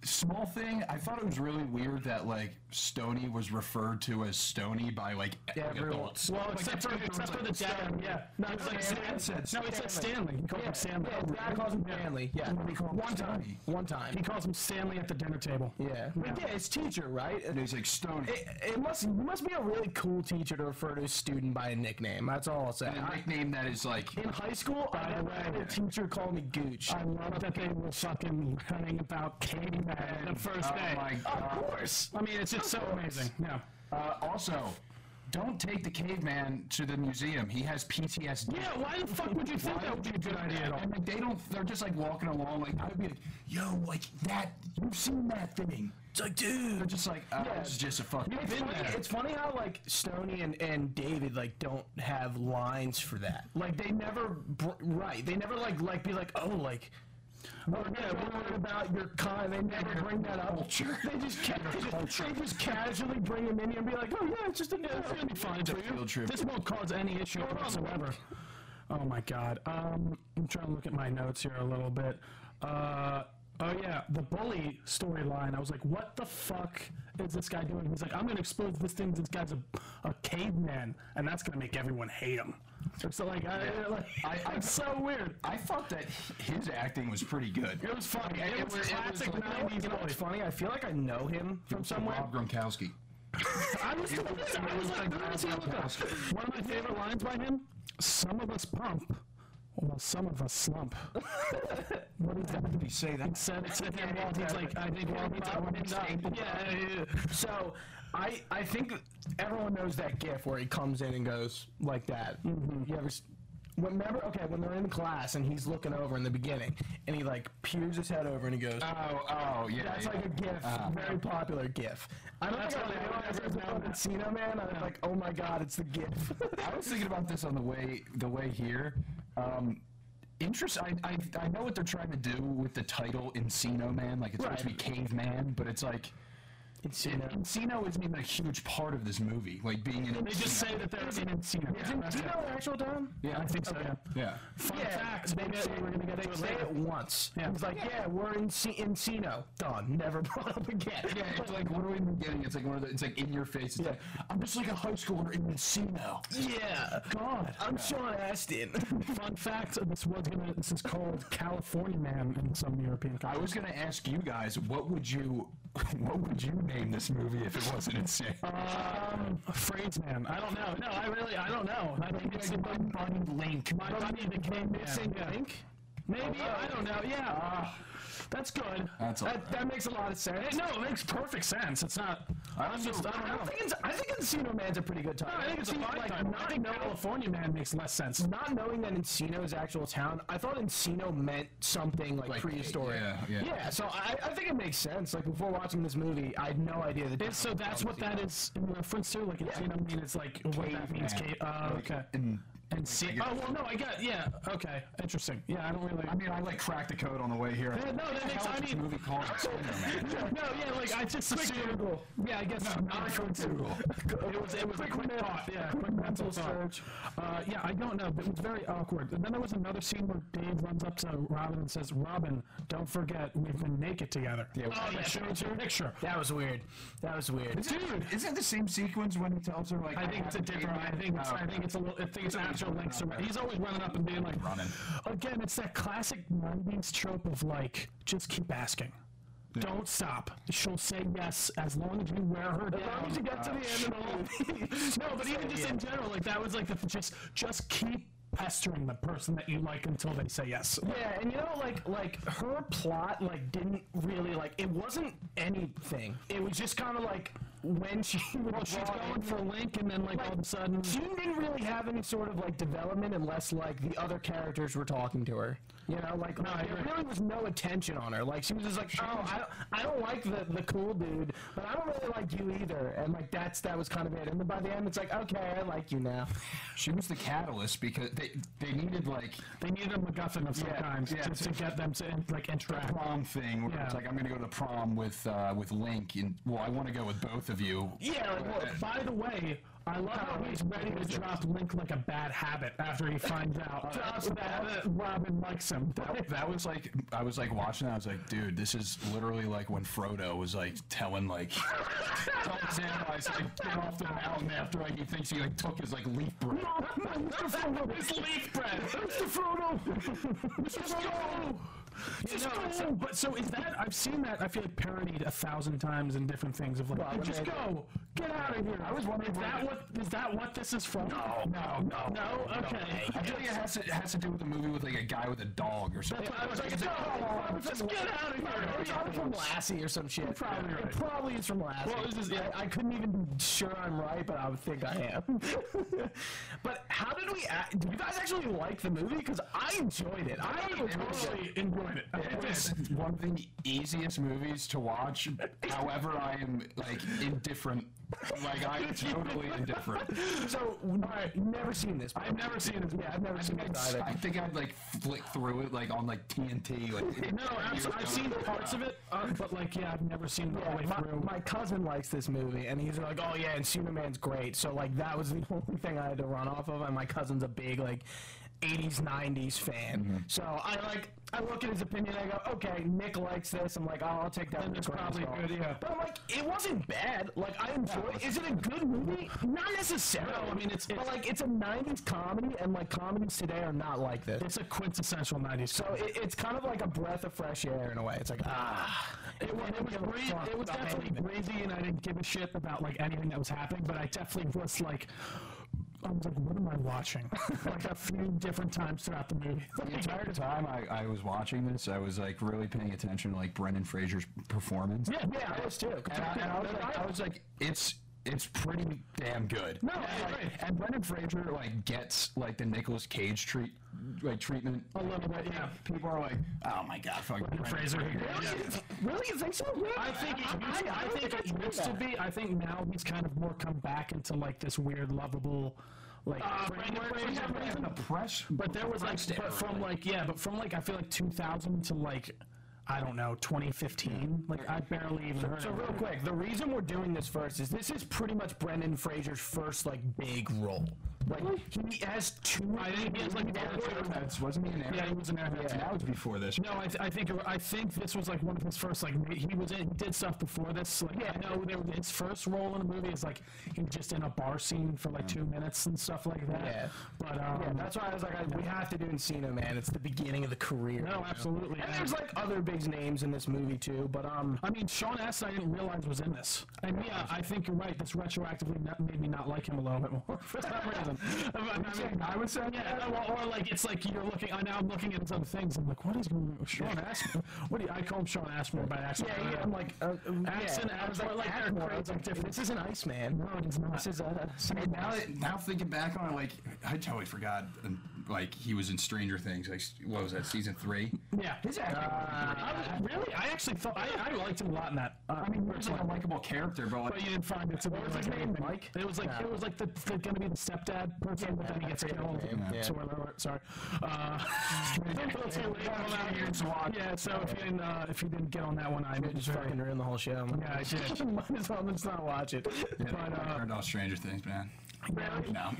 Speaker 4: Small thing. I thought it was really weird that like Stony was referred to as Stony by like
Speaker 3: everyone.
Speaker 4: adults.
Speaker 2: Well, except for except for the dad. Yeah. No, it's like
Speaker 4: Stan
Speaker 2: Stan.
Speaker 4: said
Speaker 2: No, it's like Stanley. He called him Stanley.
Speaker 3: Yeah, Dad calls him Stanley. Yeah.
Speaker 2: One time.
Speaker 3: One
Speaker 2: He
Speaker 3: time.
Speaker 2: calls him Stanley at the dinner table.
Speaker 3: Yeah. But yeah, it's teacher, right?
Speaker 4: And
Speaker 3: It,
Speaker 4: he's like Stony.
Speaker 3: it must it must be a really cool teacher to refer to a student by a nickname. That's all I'll say.
Speaker 4: a nickname that is like
Speaker 3: in high school, I
Speaker 2: the
Speaker 3: never
Speaker 2: way-
Speaker 3: had a teacher call me Gooch.
Speaker 2: I love that they were fucking cutting about caveman the first
Speaker 4: Oh
Speaker 2: day.
Speaker 4: my God.
Speaker 2: Of course. I mean, it's just so amazing. Yeah.
Speaker 4: Uh, also, don't take the caveman to the museum. He has PTSD.
Speaker 2: Yeah, why the fuck would you think that would be a good idea at all?
Speaker 4: And like, they don't. They're just like walking along. Like I'd be like, "Yo, like that. You've seen that thing?" It's like, dude. They're just like, uh, "This is just a fucking."
Speaker 3: It's funny, it's funny how like Stoney and, and David like don't have lines for that. Like they never br- right. They never like like be like oh like we're
Speaker 2: Oh,
Speaker 3: gonna learn about your con. They never bring that up.
Speaker 4: Culture.
Speaker 3: They just ca- they just, they just casually bring him in here and be like oh yeah it's just a
Speaker 2: It's gonna be fine for you.
Speaker 4: field trip.
Speaker 2: This won't cause any issue whatsoever. Oh my god. Um, I'm trying to look at my notes here a little bit. Uh, oh yeah, the bully storyline. I was like, what the fuck is this guy doing? He's like, I'm gonna expose this thing. This guy's a, a caveman, and that's gonna make everyone hate him. So like, I, like
Speaker 4: I- I-
Speaker 2: *laughs* it's so weird.
Speaker 4: I thought that his acting was pretty good.
Speaker 2: It was funny. It, was
Speaker 4: was- it was
Speaker 2: classic
Speaker 4: like-
Speaker 3: You know,
Speaker 2: 90s
Speaker 3: you know what's
Speaker 2: bully.
Speaker 3: funny? I feel like I know him from somewhere.
Speaker 4: Rob Gronkowski.
Speaker 2: *laughs* I was, I was like, I was like, look up. One of my favorite lines by him: "Some of us pump, while some of us slump." what is that?
Speaker 6: You say that.
Speaker 2: said to him while he's like, I think while he's throwing him up.
Speaker 3: *laughs* Yeah, yeah, yeah. So I I think everyone knows that gif where he comes in and goes like that. You ever s- remember? Okay, when they're in class and he's looking over in the beginning and he like peers his head over and he goes.
Speaker 4: Oh, oh, yeah.
Speaker 3: That's
Speaker 4: yeah.
Speaker 3: like a GIF, very popular GIF. I don't
Speaker 2: That's
Speaker 3: think I
Speaker 2: what I
Speaker 3: realized it
Speaker 2: remember
Speaker 3: was the
Speaker 2: now.
Speaker 3: Casino Man. I was like, oh my god, it's the GIF. *laughs*
Speaker 4: I was thinking about this on the way the way here. Um, interest. I, I I know what they're trying to do with the title Encino Man. Like it's supposed to be caveman, but it's like it,
Speaker 3: Encino.
Speaker 4: Encino isn't even a huge part of this movie. Like being an
Speaker 2: They just say that they're in Encino.
Speaker 3: Is it- do you know an actual term?
Speaker 4: yeah, I think so.
Speaker 2: Okay.
Speaker 4: Yeah.
Speaker 2: Fun
Speaker 3: Yeah,
Speaker 2: fact,
Speaker 3: they,
Speaker 2: maybe
Speaker 3: say,
Speaker 2: we're gonna get
Speaker 3: they
Speaker 2: to it
Speaker 3: say
Speaker 2: later.
Speaker 3: it once.
Speaker 2: Yeah.
Speaker 3: He's like, yeah, we're in C- Encino. Done. Never brought up again.
Speaker 4: Yeah, it's like what are we even getting? It's like one of the, it's like in your face. It's like I'm just like a high schooler in Encino.
Speaker 3: *laughs* Yeah.
Speaker 2: God.
Speaker 3: I'm Sean Astin.
Speaker 2: Fun fact: This was gonna. This is called California Man in some European
Speaker 4: I
Speaker 2: country.
Speaker 4: was gonna ask you guys, what would you, *laughs* what would you name this movie if it wasn't insane?
Speaker 2: Um, phrase man. I don't know. No, I really, I don't know. I think it's my buddy Link. My buddy the King
Speaker 3: Missing
Speaker 2: yeah.
Speaker 3: Link? Oh. Ah.
Speaker 2: Maybe I don't know. Yeah, uh, that's good.
Speaker 4: That's all
Speaker 2: that,
Speaker 4: right.
Speaker 2: that makes a lot of sense. no, it makes perfect sense. It's not. I'm just. I don't
Speaker 3: I
Speaker 2: know.
Speaker 3: think, it's, I think Encino Man's a pretty good title.
Speaker 2: No, I think it's a
Speaker 3: Encino,
Speaker 2: fine
Speaker 3: like,
Speaker 2: title. I
Speaker 3: Not,
Speaker 2: think California Man makes less sense.
Speaker 3: not knowing that Encino is actual town, I thought Encino meant something like,
Speaker 4: Like,
Speaker 3: prehistoric.
Speaker 4: yeah, yeah.
Speaker 3: so I, I think it makes sense. Like before watching this movie, I had no idea that.
Speaker 2: Is, so that's what that is in reference to. Like, it's, you know, what I mean, it's like what that means.
Speaker 4: man.
Speaker 2: Kate. Uh, okay.
Speaker 4: And
Speaker 2: And see.
Speaker 4: guess-
Speaker 2: Oh well, no, I got. Yeah. Okay. Interesting. Yeah, I don't really.
Speaker 4: I mean, I like cracked the code on the way here.
Speaker 2: Yeah, no, that makes. I mean,
Speaker 4: movie called Encino Man.
Speaker 2: *laughs* no, yeah, like I just assumed. Yeah, I guess not
Speaker 4: Google.
Speaker 2: It was it was a quick thought. Yeah, quick mental search. Uh, yeah, I don't know. It was very awkward. And then there was another scene where Dave runs up to Robin and says, "Robin, don't forget we've been naked together." Yeah, oh, yeah, shows your picture.
Speaker 3: That was weird. That was weird.
Speaker 2: Dude,
Speaker 4: Isn't it the same sequence when he tells her like?
Speaker 2: I think it's a
Speaker 4: have
Speaker 2: different. I
Speaker 4: caveman?
Speaker 2: think it's,
Speaker 4: Oh,
Speaker 2: I think it's a little. I think it's after Link's arrest. He's always running up and being like,
Speaker 4: Running.
Speaker 2: Again, it's that classic '90s trope of like, just keep asking. Don't stop. She'll say yes as long as you wear her down.
Speaker 3: long as you get to the end
Speaker 2: the *laughs* no, but even just in general, like that was like the just just keep pestering the person that you like until they say yes.
Speaker 3: Yeah, and you know, like like her plot like didn't really like it wasn't anything. It was just kind of like when she *laughs* was
Speaker 2: Well, she's
Speaker 3: brought
Speaker 2: going
Speaker 3: in,
Speaker 2: for Link, and then like, all of a sudden,
Speaker 3: She didn't really have any sort of like development unless like the other characters were talking to her. You know, like
Speaker 2: I
Speaker 3: there
Speaker 2: agree.
Speaker 3: really was no attention on her. Like she was just like, oh, I don't, I don't like the, the cool dude, but I don't really like you either. And like that's that was kind of it. And then by the end, it's like, okay, I like you now. *laughs*
Speaker 4: She was the catalyst because they they needed like
Speaker 2: they needed a MacGuffin of some
Speaker 4: Yeah,
Speaker 2: kind
Speaker 4: yeah.
Speaker 2: just to get them to like interact.
Speaker 4: prom thing where it's
Speaker 2: Yeah.
Speaker 4: like I'm gonna go to prom with uh, with Link and well I want to go with both of you.
Speaker 2: Yeah, like, well, by the way, I love how he's ready to drop Link like a bad habit after he finds out Drops that Robin likes him.
Speaker 4: *laughs* That, that was like I was like watching. That, I was like, dude, this is literally like when Frodo was like telling like telling Samwise like get off the mountain after like he thinks he like took his like leaf breath.
Speaker 2: Mr. Frodo, *laughs* it's leaf bread. Mr. Frodo, Mr. Frodo. Just go. but so is that? I've seen that. I feel like parodied a thousand times in different things of like,
Speaker 3: Well,
Speaker 2: just
Speaker 3: they-
Speaker 2: go, get out of here. I was wondering, is that what is that what this is from? No,
Speaker 4: No, no,
Speaker 2: no. Okay.
Speaker 4: I feel like it has to it has to do with the movie with like a guy with a dog or something.
Speaker 2: I was like, no, just get out of here.
Speaker 3: It's probably from Lassie or some shit.
Speaker 2: probably
Speaker 3: It
Speaker 2: right.
Speaker 3: probably is from Lassie.
Speaker 2: Well, this is- yeah.
Speaker 3: I, I couldn't even be sure I'm right, but I would think I am. *laughs* but how did we? Act, did you guys actually like the movie? Because I enjoyed it. I
Speaker 2: I
Speaker 3: enjoyed it.
Speaker 2: totally enjoyed it. I
Speaker 4: It
Speaker 2: did.
Speaker 4: was one of the easiest movies to watch. However, I am like indifferent. Like I am totally indifferent.
Speaker 3: *laughs* So, all right, never seen this.
Speaker 2: I've never seen this.
Speaker 3: Yeah, I've never seen
Speaker 4: I'd-
Speaker 3: this either.
Speaker 4: I think I'd like flick through it like on like TNT. Like
Speaker 2: No, abso- I've seen parts of it, uh, but like, yeah, I've never seen the whole way
Speaker 3: My,
Speaker 2: through.
Speaker 3: my cousin likes this movie, and he's like, "Oh yeah, and Superman's great." So like, that was the *laughs* only thing I had to run off of. And my cousin's a big like '80s '90s fan, so I like I look at his opinion. I go, "Okay, Nick likes this." I'm like, "Oh, I'll take that." with a
Speaker 2: it's
Speaker 3: grain of
Speaker 2: probably
Speaker 3: salt."
Speaker 2: good, yeah.
Speaker 3: But I'm like, it wasn't bad. Like I enjoyed. Is it a good movie? Not necessarily.
Speaker 2: No, I mean, it's-
Speaker 3: but
Speaker 2: it's-
Speaker 3: like it's a '90s comedy, and like comedies today are not like this.
Speaker 2: It's a quintessential '90s.
Speaker 3: So it, it's kind of like a breath of fresh air in a way. It's like ah,
Speaker 2: It was, it was, breezy, it was definitely breezy, and I didn't give a shit about like anything that was happening. But I definitely was like, I was like, what am I watching? *laughs* like a few different times throughout the movie.
Speaker 4: The entire time I, I was watching this, I was like really paying attention to like Brendan Fraser's performance.
Speaker 2: yeah, yeah, I was too.
Speaker 4: And I, and I was like, I was like, it's it's pretty damn good.
Speaker 2: No,
Speaker 4: and,
Speaker 2: I agree.
Speaker 4: like, and Brendan Fraser like gets like the Nicolas Cage treat like treatment.
Speaker 2: a little bit, yeah.
Speaker 6: People are like, oh my god, fuck Brendan
Speaker 2: Fraser.
Speaker 3: Really? You think so? Really?
Speaker 2: I think it used, I, think
Speaker 3: I
Speaker 2: it
Speaker 3: knew
Speaker 2: used to
Speaker 3: that.
Speaker 2: be. I think now he's kind of more come back into like this weird lovable, like.
Speaker 3: Uh,
Speaker 2: framework for some reason.
Speaker 4: press.
Speaker 2: But there was like,
Speaker 4: Pressed it
Speaker 2: but from
Speaker 4: early.
Speaker 2: like, yeah, but from like, I feel like 2000 to like, I don't know, 2015. Like, I barely even heard
Speaker 3: So
Speaker 2: of
Speaker 3: real
Speaker 2: it.
Speaker 3: quick, the reason we're doing this first is this is pretty much Brendan Fraser's first like big role. Like he has two.
Speaker 2: I think he has like
Speaker 4: That's wasn't he an
Speaker 2: Yeah, he was an airhead.
Speaker 4: That was before this.
Speaker 2: No, I, th- I think I think this was like one of his first like ma- he was in, he did stuff before this. Like I know there, his first role in a movie is like he was just in a bar scene for like two minutes and stuff like that.
Speaker 3: Yeah.
Speaker 2: But um,
Speaker 3: Yeah, that's why I was like, I, we have to do Encino, man. It's the beginning of the career. you
Speaker 2: no,
Speaker 3: know?
Speaker 2: Oh, absolutely.
Speaker 3: And
Speaker 2: man.
Speaker 3: there's like other big names in this movie too, but um,
Speaker 2: I mean, Sean S. I didn't realize was in this, and yeah, I think you're right. This retroactively not, made me not like him a little bit more *laughs* for some
Speaker 3: *laughs*
Speaker 2: reason. I, mean, I, mean, I would say, yeah, or, or like it's like you're looking. I now I'm looking at his other things. I'm like, what is going on with Sean Asmore? What do you, I call him Sean Asmore by accident?
Speaker 3: yeah, yeah, I'm like, uh, uh,
Speaker 2: Accent,
Speaker 3: yeah. I was
Speaker 2: Asmore, like, they're
Speaker 3: Asmore, I
Speaker 2: crazy
Speaker 3: was like,
Speaker 2: different.
Speaker 3: This isn't Iceman.
Speaker 2: no, it is not.
Speaker 3: This is uh,
Speaker 6: And now, that, now thinking back on it, like I totally forgot, um, like he was in Stranger Things. Like what was that, season three?
Speaker 2: yeah. Uh,
Speaker 6: His acting
Speaker 2: I was- really, I actually thought I, I liked him a lot in that. Uh, I mean,
Speaker 6: was like a likable character, but like
Speaker 2: but you didn't find it to be
Speaker 3: was
Speaker 2: like
Speaker 3: his name,
Speaker 2: anything.
Speaker 3: Mike?
Speaker 2: It was like
Speaker 3: No.
Speaker 2: it was like the, the gonna be the stepdad person, but then he gets killed.
Speaker 3: yeah.
Speaker 2: Spoiler alert, sorry. Uh, *laughs* don't feel too late on that one. Yeah, so if you didn't uh, if you didn't get on that one, I
Speaker 3: Just fucking ruined the whole show.
Speaker 2: yeah, I did.
Speaker 3: *laughs* Might as well just not watch it.
Speaker 2: But
Speaker 6: I
Speaker 2: uh,
Speaker 6: turned off Stranger Things, man.
Speaker 2: no.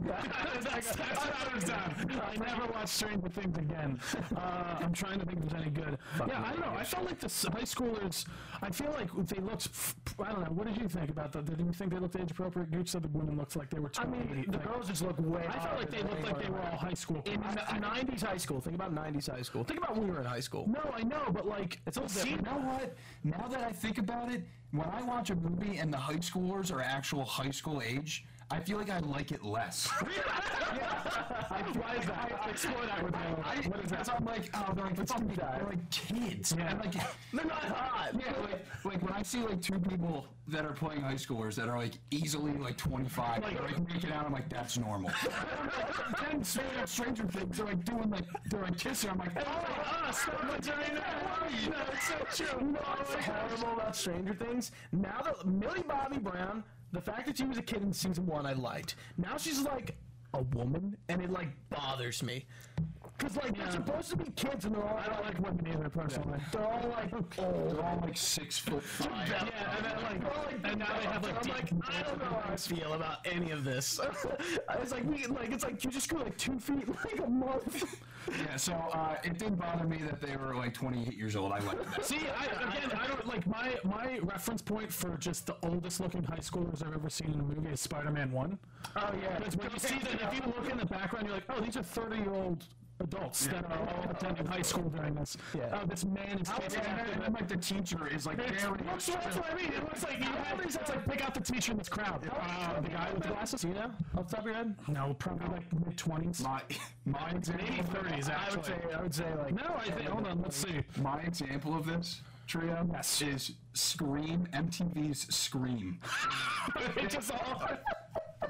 Speaker 2: that's, that's what I was done. I never watched Stranger Things again. Uh, I'm trying to think if there's any good. yeah, I don't know. I felt like the s- high schoolers. I feel like they looked. f- I don't know. What did you think about that? Did you think they looked age appropriate? You said the women looked like they were. 20,
Speaker 3: the
Speaker 2: like-
Speaker 3: girls just look way.
Speaker 2: I felt like they looked like they were all high school.
Speaker 3: in the 90s high school. Think about 90s high school. Think about when we were in high school.
Speaker 2: no, I know, but like, it's all
Speaker 4: See, you know what? Now that I think about it, when I watch a movie and the high schoolers are actual high school age, I feel like I like it
Speaker 2: *laughs*
Speaker 4: less.
Speaker 2: Why is that? explore that with me.
Speaker 4: I,
Speaker 2: What is that?
Speaker 4: because I'm like, oh, they're like, it's fucking, they're like kids.
Speaker 2: Yeah.
Speaker 4: And like,
Speaker 3: *laughs* They're not hot.
Speaker 4: yeah, like, like when I see like two people that are playing high schoolers that are like easily like 25,
Speaker 2: Like-
Speaker 4: they're like making out. I'm like, that's normal. then straight up Stranger Things, they're like doing like they're like kissing. I'm like, oh,
Speaker 2: Ah, stop it, Jane.
Speaker 4: *laughs*
Speaker 3: No, it's so true. No, it's horrible about Stranger Things. Now that Millie Bobby Brown, the fact that she was a kid in season one, I liked. Now she's like a woman, and it like bothers me. Cause like they're supposed to be kids, and they're all
Speaker 2: I don't like women either, personally.
Speaker 3: they're all like old.
Speaker 4: they're all like six foot five.
Speaker 2: Yeah, and then like,
Speaker 3: They're all, like,
Speaker 2: and now they have like,
Speaker 3: I'm
Speaker 2: deep-
Speaker 3: like, I don't know how I feel about any of this. *laughs* I was like, we, like, it's like you just grew like two feet *laughs* in, like a month.
Speaker 4: Yeah, so uh, it didn't bother me that they were like 28 years old. I liked that.
Speaker 2: See, I, again, I don't like my my reference point for just the oldest looking high schoolers I've ever seen in a movie is Spider-Man One.
Speaker 3: Oh yeah,
Speaker 2: Because when you see that, if you look in the background, you're like, oh, these are 30 year old adults that are all attending high school during this.
Speaker 3: Yeah.
Speaker 2: Oh, this man is
Speaker 4: Yeah,
Speaker 2: taking after
Speaker 4: and
Speaker 2: them.
Speaker 4: then, like the teacher is like
Speaker 2: It's-
Speaker 4: very
Speaker 2: That's that's what I mean. It looks like you have, it's like pick out the teacher in this crowd. Uh, the guy with the glasses.
Speaker 3: Do you know off the top of your head?
Speaker 2: No, probably like mid twenties,
Speaker 4: my my
Speaker 2: maybe
Speaker 4: example.
Speaker 2: thirties
Speaker 3: I
Speaker 2: actually.
Speaker 3: would say, I would say like
Speaker 2: no, I think. Hold on, let's see.
Speaker 4: My example of this trio
Speaker 2: Yes.
Speaker 4: is Scream, MTV's Scream.
Speaker 2: It just all.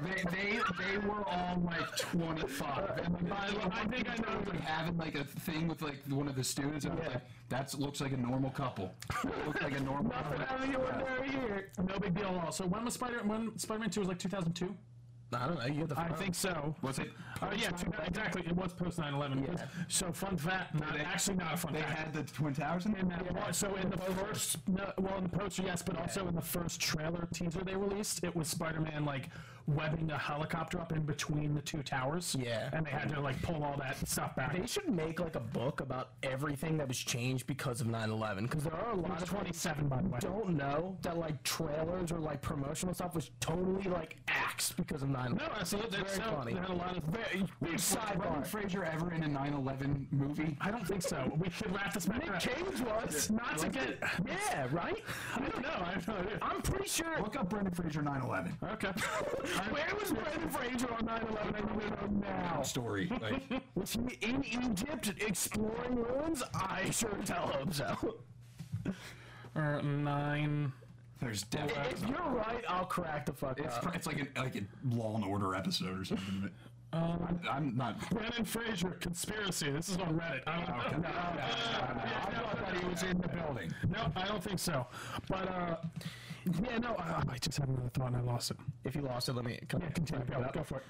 Speaker 4: They they, they were all like 25, and like
Speaker 2: I, lo- I think I know.
Speaker 4: was like having like a thing with like one of the students, and I was like, that looks like a normal couple. That looks like a normal. couple.
Speaker 2: No big deal at all. So when was Spider when Spider-Man Two was like 2002?
Speaker 3: I don't know. You get the.
Speaker 2: I think so.
Speaker 4: Was it?
Speaker 2: Oh yeah, two, exactly. It was post 9/11.
Speaker 3: Yeah.
Speaker 2: So fun fact, not, actually not a fun
Speaker 6: They
Speaker 2: fact.
Speaker 6: had the Twin Towers in there.
Speaker 2: In that wa- so in the first, no, well, in the poster, yes, but also in the first trailer teaser they released, it was Spider-Man like webbing a helicopter up in between the two towers.
Speaker 3: Yeah.
Speaker 2: and they had to like pull all that stuff back.
Speaker 3: They should make like a book about everything that was changed because of 9/11, because there are a lot of people
Speaker 2: 27, by the way.
Speaker 3: who don't know that like trailers or like promotional stuff was totally like axed because of 9/11. line.
Speaker 2: No, that's, that's
Speaker 3: Very
Speaker 2: so-
Speaker 3: funny.
Speaker 2: They had a lot of very big
Speaker 4: Was Brendan
Speaker 2: sidebar.
Speaker 4: Fraser ever in a 9/11 movie?
Speaker 2: I don't think so. We should wrap this back up.
Speaker 3: Cage was.
Speaker 2: Not to get.
Speaker 3: Yeah, right?
Speaker 2: I don't know. I have no idea.
Speaker 3: I'm pretty sure.
Speaker 4: Look up Brendan Fraser 9/11
Speaker 2: *laughs* Okay. Where was *laughs* Brendan Fraser on 9 11? I need to know now.
Speaker 4: story. Like,
Speaker 3: Was he in Egypt exploring ruins? I sure tell him so.
Speaker 2: Or 9.
Speaker 4: there's definitely
Speaker 3: If you're right, I'll crack the fuck
Speaker 4: it's,
Speaker 3: up.
Speaker 4: pro- it's like an like a Law and Order episode or something. But I'm, I'm not.
Speaker 2: Brendan Fraser, conspiracy. This is on Reddit. I don't know.
Speaker 4: I thought that he was in the building.
Speaker 2: No, I don't think so. But, uh, yeah, no, uh, I just had another thought and I lost it.
Speaker 3: If you lost it, let me come
Speaker 2: Yeah, continue. Go, go for it.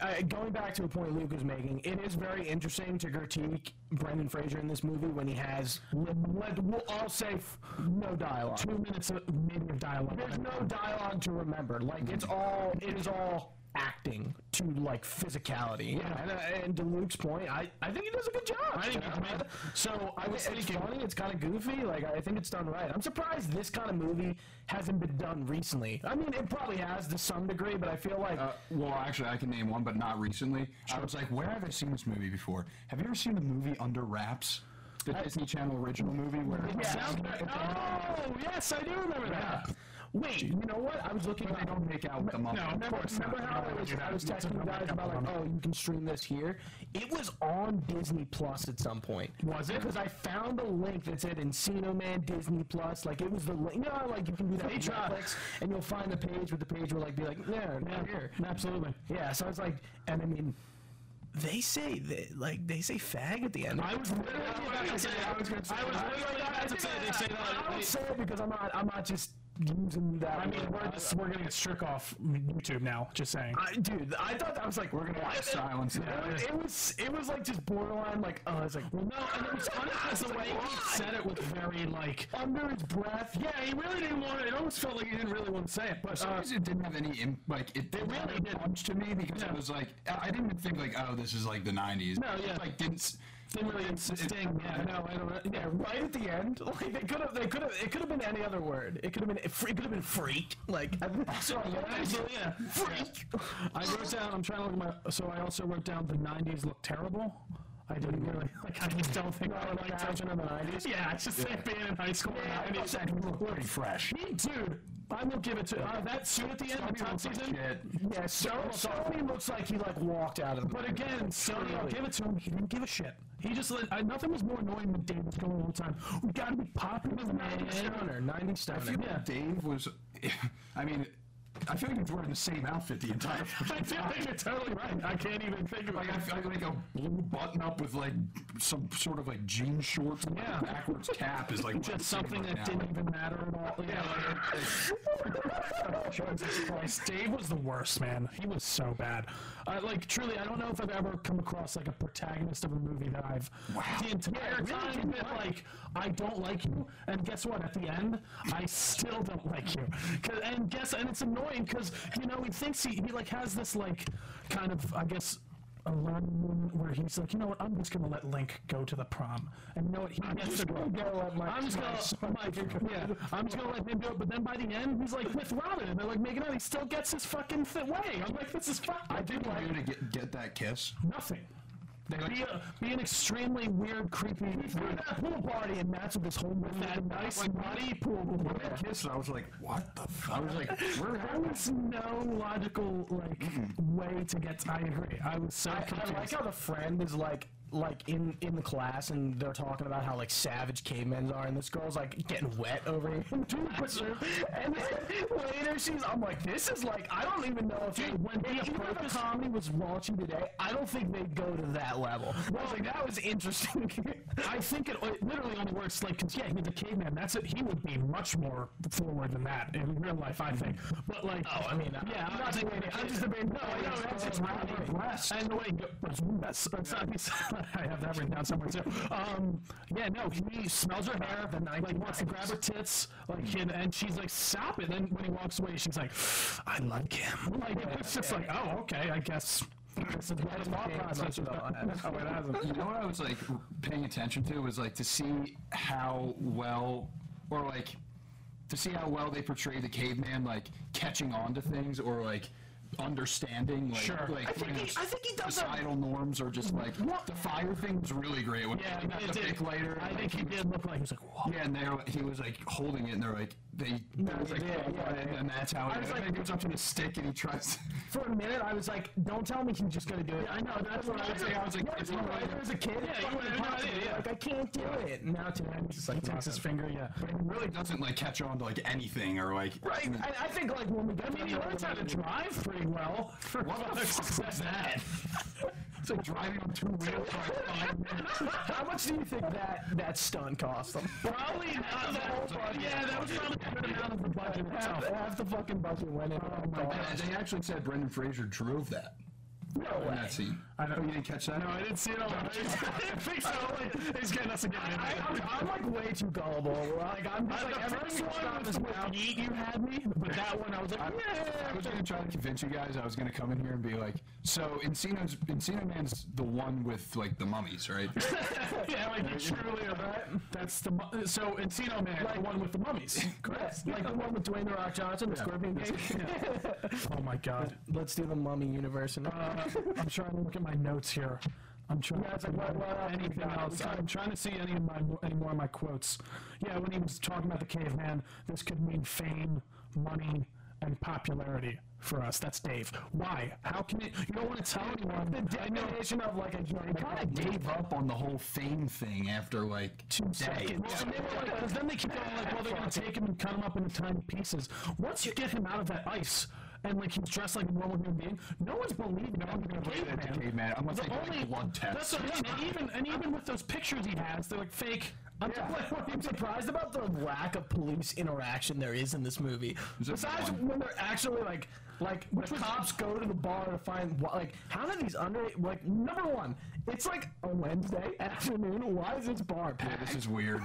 Speaker 3: I, I going back to a point Luke was making. It is very interesting to critique Brendan Fraser in this movie when he has let, we'll all say f- no dialogue.
Speaker 2: Two minutes of maybe of dialogue.
Speaker 3: There's no dialogue to remember. Like it's all it is all acting to like physicality. Yeah. And, uh, and to Luke's point, I, I think he does a good job.
Speaker 2: I think
Speaker 3: you
Speaker 2: he
Speaker 3: know?
Speaker 2: did.
Speaker 3: So I was it's funny. It's kind of goofy. Like I think it's done right. I'm surprised this kind of movie hasn't been done recently. I mean, it probably has to some degree, but I feel like
Speaker 4: Uh, well, actually, I can name one, but not recently. I was like, where have I seen this movie before? Have you ever seen the movie Under Wraps? The Disney Channel original movie where
Speaker 3: Sounds good. Oh, yes, I do remember that. Wait, you know what? I was looking
Speaker 4: they
Speaker 3: at.
Speaker 4: don't make out with the mom.
Speaker 2: No, of
Speaker 3: Remember,
Speaker 2: course.
Speaker 3: remember
Speaker 2: not.
Speaker 3: how
Speaker 2: No,
Speaker 3: I was,
Speaker 2: you're not-
Speaker 3: I was
Speaker 2: that's
Speaker 3: texting you
Speaker 2: not
Speaker 3: guys
Speaker 2: backup
Speaker 3: about, like,
Speaker 2: on
Speaker 3: oh, you can stream this here? It was on Disney Plus at some point.
Speaker 2: Was it?
Speaker 3: Because I found a link that said Encino Man Disney Plus. Like, it was the link. You know, how, like, you can do that with
Speaker 2: tried.
Speaker 3: Netflix, and you'll find the page where the page will, like, be like, no, no, here.
Speaker 2: Yeah, absolutely.
Speaker 3: Yeah, so I was like, and I mean, they say, that, like, they say fag at the end.
Speaker 2: I was literally about to say. I was literally about to say. They say that.
Speaker 3: I
Speaker 2: like,
Speaker 3: don't say it because I'm not. I'm not just using that.
Speaker 2: I mean,
Speaker 3: word.
Speaker 2: we're just, we're gonna get strick off YouTube now. Just saying.
Speaker 3: I, dude, I thought that was like we're gonna
Speaker 4: Why silence
Speaker 3: It was, it was it was like just borderline like oh it's like well no
Speaker 2: No, and it was funny because the way he said it was very like.
Speaker 3: under his breath
Speaker 2: Yeah, he really didn't want it. It almost felt like he didn't really want to say it. But
Speaker 4: some
Speaker 2: uh,
Speaker 4: reason it didn't have any imp- like it didn't
Speaker 2: really
Speaker 4: have a
Speaker 2: didn't.
Speaker 4: punch to me because
Speaker 2: No.
Speaker 4: it was like I I didn't even think like oh this is like the 90s.
Speaker 2: No, yeah.
Speaker 4: It, like didn't s-
Speaker 2: didn't really insisting. Yeah, no, I don't.
Speaker 3: yeah right at the end *laughs* like they could have they could have it could have been any other word it could have been it could have been freaked like I,
Speaker 2: Sorry, actually, yeah.
Speaker 3: freak
Speaker 2: I wrote down. I'm trying to look at my. So I also wrote down the '90s look terrible. I didn't really like. I just don't think I would like touching on the '90s. Yeah, it's just like being in high school. in the '90s.
Speaker 4: pretty fresh.
Speaker 2: Dude, I will give it to uh, that suit at the end of the top season.
Speaker 4: Shit.
Speaker 3: yeah so Sony looks like he like walked out of the
Speaker 2: But again, Sony, I'll give it to him. He didn't give a shit. He just let I, nothing was more annoying than David's going all the time. We gotta be popular, man.
Speaker 3: stoner 90 stoner
Speaker 2: Yeah.
Speaker 4: Dave was *laughs* I mean I feel like he's wearing the same outfit the
Speaker 2: *laughs*
Speaker 4: entire
Speaker 2: I feel like you're totally right. I can't even think of
Speaker 4: Like I feel like, like a blue button up with like some sort of like jean shorts and like,
Speaker 2: Yeah.
Speaker 4: a backwards
Speaker 2: *laughs*
Speaker 4: cap is like
Speaker 2: just something that didn't even matter at all. Yeah. like- Jesus Christ, Dave was the worst, man. He was so bad. I, like truly, I don't know if I've ever come across like a protagonist of a movie that I've the entire time been like, I don't like you, and guess what? At the end, I still don't like you. 'Cause- and guess, and it's annoying because you know he thinks he, he like has this like kind of I guess a learning moment where he's like, you know what, I'm just gonna let Link go to the prom, and you know what, he gets to go. I'm just
Speaker 3: *laughs*
Speaker 2: gonna, Mike, yeah, I'm just gonna let him do it. But then by the end, he's like with Robin, and they're like making out. He still gets his fucking thi- way. I'm like, this is fuck. I do
Speaker 4: Were
Speaker 2: like
Speaker 4: you to get, get that kiss?
Speaker 2: nothing.
Speaker 4: They like,
Speaker 2: Be, a, be an extremely weird, creepy.
Speaker 3: that pool party and that's what this whole movie
Speaker 2: That nice muddy pool.
Speaker 4: that kiss, and I was like, what the fuck? I was like, we're
Speaker 2: There was no logical like way to get. I agree. I was so
Speaker 3: I, I
Speaker 2: confused.
Speaker 3: like how the friend is like like in in the class and they're talking about how like savage cavemen are and this girl's like getting wet over here *laughs* in the bathroom. and then later she's I'm like this is like I don't even know if
Speaker 2: Dude, when
Speaker 3: if
Speaker 2: the
Speaker 3: even if
Speaker 2: approach is-
Speaker 3: the comedy was raunchy today I don't think they'd go to that level I was like that was interesting
Speaker 2: *laughs* I think it, it literally only works like because yeah, he's a caveman. That's it. He would be much more forward than that in real life, I think. But like, oh,
Speaker 3: I mean, I-
Speaker 2: yeah,
Speaker 3: I'm
Speaker 2: I
Speaker 3: not
Speaker 2: think-
Speaker 3: debating- I'm
Speaker 2: yeah.
Speaker 3: just debating-
Speaker 2: No, I know that's just
Speaker 3: Right.
Speaker 2: really blessed. And the way, he go- that's, that's not, he's- *laughs* I have that written down somewhere too. Um, yeah, no, he smells her hair, like wants to grab her tits, like, and, and she's like, stop it. And when he walks away, she's like, I like him. Like, it's just like, oh, okay, I guess. This is what the thought *laughs* process was. Oh, it hasn't.
Speaker 4: You know what I was like paying attention to was like to see how well, or like to see how well they portray the caveman like catching on to things or like understanding. Like,
Speaker 2: Sure.
Speaker 4: Like,
Speaker 2: I
Speaker 3: think
Speaker 4: like,
Speaker 3: he- I think he does a-
Speaker 4: Societal norms are just like the fire thing was really great. When
Speaker 2: Yeah,
Speaker 4: he got
Speaker 2: it
Speaker 4: the
Speaker 2: did.
Speaker 4: pick later.
Speaker 2: I
Speaker 4: like,
Speaker 2: think he did look like he was like, whoa. *laughs*
Speaker 4: Yeah, and they were, he was like holding it, and they're like they. it was, like,
Speaker 3: yeah,
Speaker 4: yeah,
Speaker 3: yeah, yeah.
Speaker 4: And that's how it,
Speaker 3: I was
Speaker 4: I
Speaker 3: like-
Speaker 4: think it goes up to the stick, and he tries. *laughs*
Speaker 3: For a minute, I was like, "Don't tell me he's just gonna do it." I know. That's what
Speaker 4: I was like- I was like,
Speaker 3: yeah,
Speaker 4: it's
Speaker 3: you
Speaker 4: not
Speaker 3: were
Speaker 4: like-
Speaker 3: there as a kid.
Speaker 2: Yeah, you would have no idea, yeah.
Speaker 3: Like I can't do it. And now today, I'm just like,
Speaker 2: He takes his finger, yeah.
Speaker 4: It really does.
Speaker 6: Doesn't like catch on to like anything or like.
Speaker 3: Right. I, I think like when we got,
Speaker 2: I mean, he learns how to drive pretty well. For what the fuck was that?
Speaker 4: It's like driving on two wheels for like five minutes.
Speaker 3: *laughs* How much do you think that that stunt cost them?
Speaker 2: Probably not that Yeah, that was probably a good amount of the budget
Speaker 3: half,
Speaker 2: itself.
Speaker 3: half the fucking budget went in. Oh my
Speaker 4: And they actually said Brendan Fraser drove that.
Speaker 3: No
Speaker 4: in
Speaker 3: way.
Speaker 4: that scene.
Speaker 2: I know.
Speaker 4: Oh, you didn't catch that?
Speaker 2: No, I didn't see it on the *laughs* I think so. Like, He's getting us again.
Speaker 3: I, I'm, I'm like way too gullible. Like I'm just
Speaker 2: Uh,
Speaker 3: like
Speaker 2: the first
Speaker 3: everything
Speaker 2: one
Speaker 3: about
Speaker 2: was
Speaker 3: this
Speaker 2: with
Speaker 3: now.
Speaker 2: yeet you had me, but that one I was like,
Speaker 4: I, I was gonna try to convince you guys. I was gonna come in here and be like, so Encino's Encino Man's the one with like the mummies, right?
Speaker 2: yeah, like you truly are right. That's the mu- so Encino Man, the one with the mummies.
Speaker 3: *laughs* Yes, like the one with Dwayne the Rock Johnson, the Scorpion King. *laughs*
Speaker 2: oh my god.
Speaker 3: Let's do the Mummy universe. And
Speaker 2: Uh, I'm trying to look at my notes here. I'm trying.
Speaker 3: Yeah, it's
Speaker 2: to
Speaker 3: like, what- uh, what else we
Speaker 2: anything
Speaker 3: got?
Speaker 2: else?
Speaker 3: We got-
Speaker 2: I'm trying to see any of my any more of my quotes. Yeah, when he was talking about the caveman, this could mean fame, money, and popularity for us. That's Dave. Why? How can it? You don't want to tell anyone.
Speaker 3: the definition of like a young
Speaker 4: I gave up on the whole fame thing after like two
Speaker 2: Second. Well, and they were like, 'cause then they keep going like, well, they're gonna take him and cut him up into tiny pieces. Once you get him out of that ice and like he's dressed like a normal human being, no one's believing no one's gonna believe
Speaker 4: It's a
Speaker 2: him.
Speaker 4: caveman. I'm gonna
Speaker 2: The
Speaker 4: take
Speaker 2: only
Speaker 4: like, blood
Speaker 2: That's
Speaker 4: tests.
Speaker 2: what I mean. And even and even with those pictures he has, they're like fake.
Speaker 3: I'm, just like, I'm surprised about the lack of police interaction there is in this movie.
Speaker 4: it
Speaker 3: Besides
Speaker 4: one?
Speaker 3: when they're actually like, like the cops go to the bar to find wh- like how do these under like number one, it's like a Wednesday afternoon. Why is this bar
Speaker 4: Yeah,
Speaker 3: packed?
Speaker 4: this
Speaker 2: *laughs*
Speaker 4: is weird.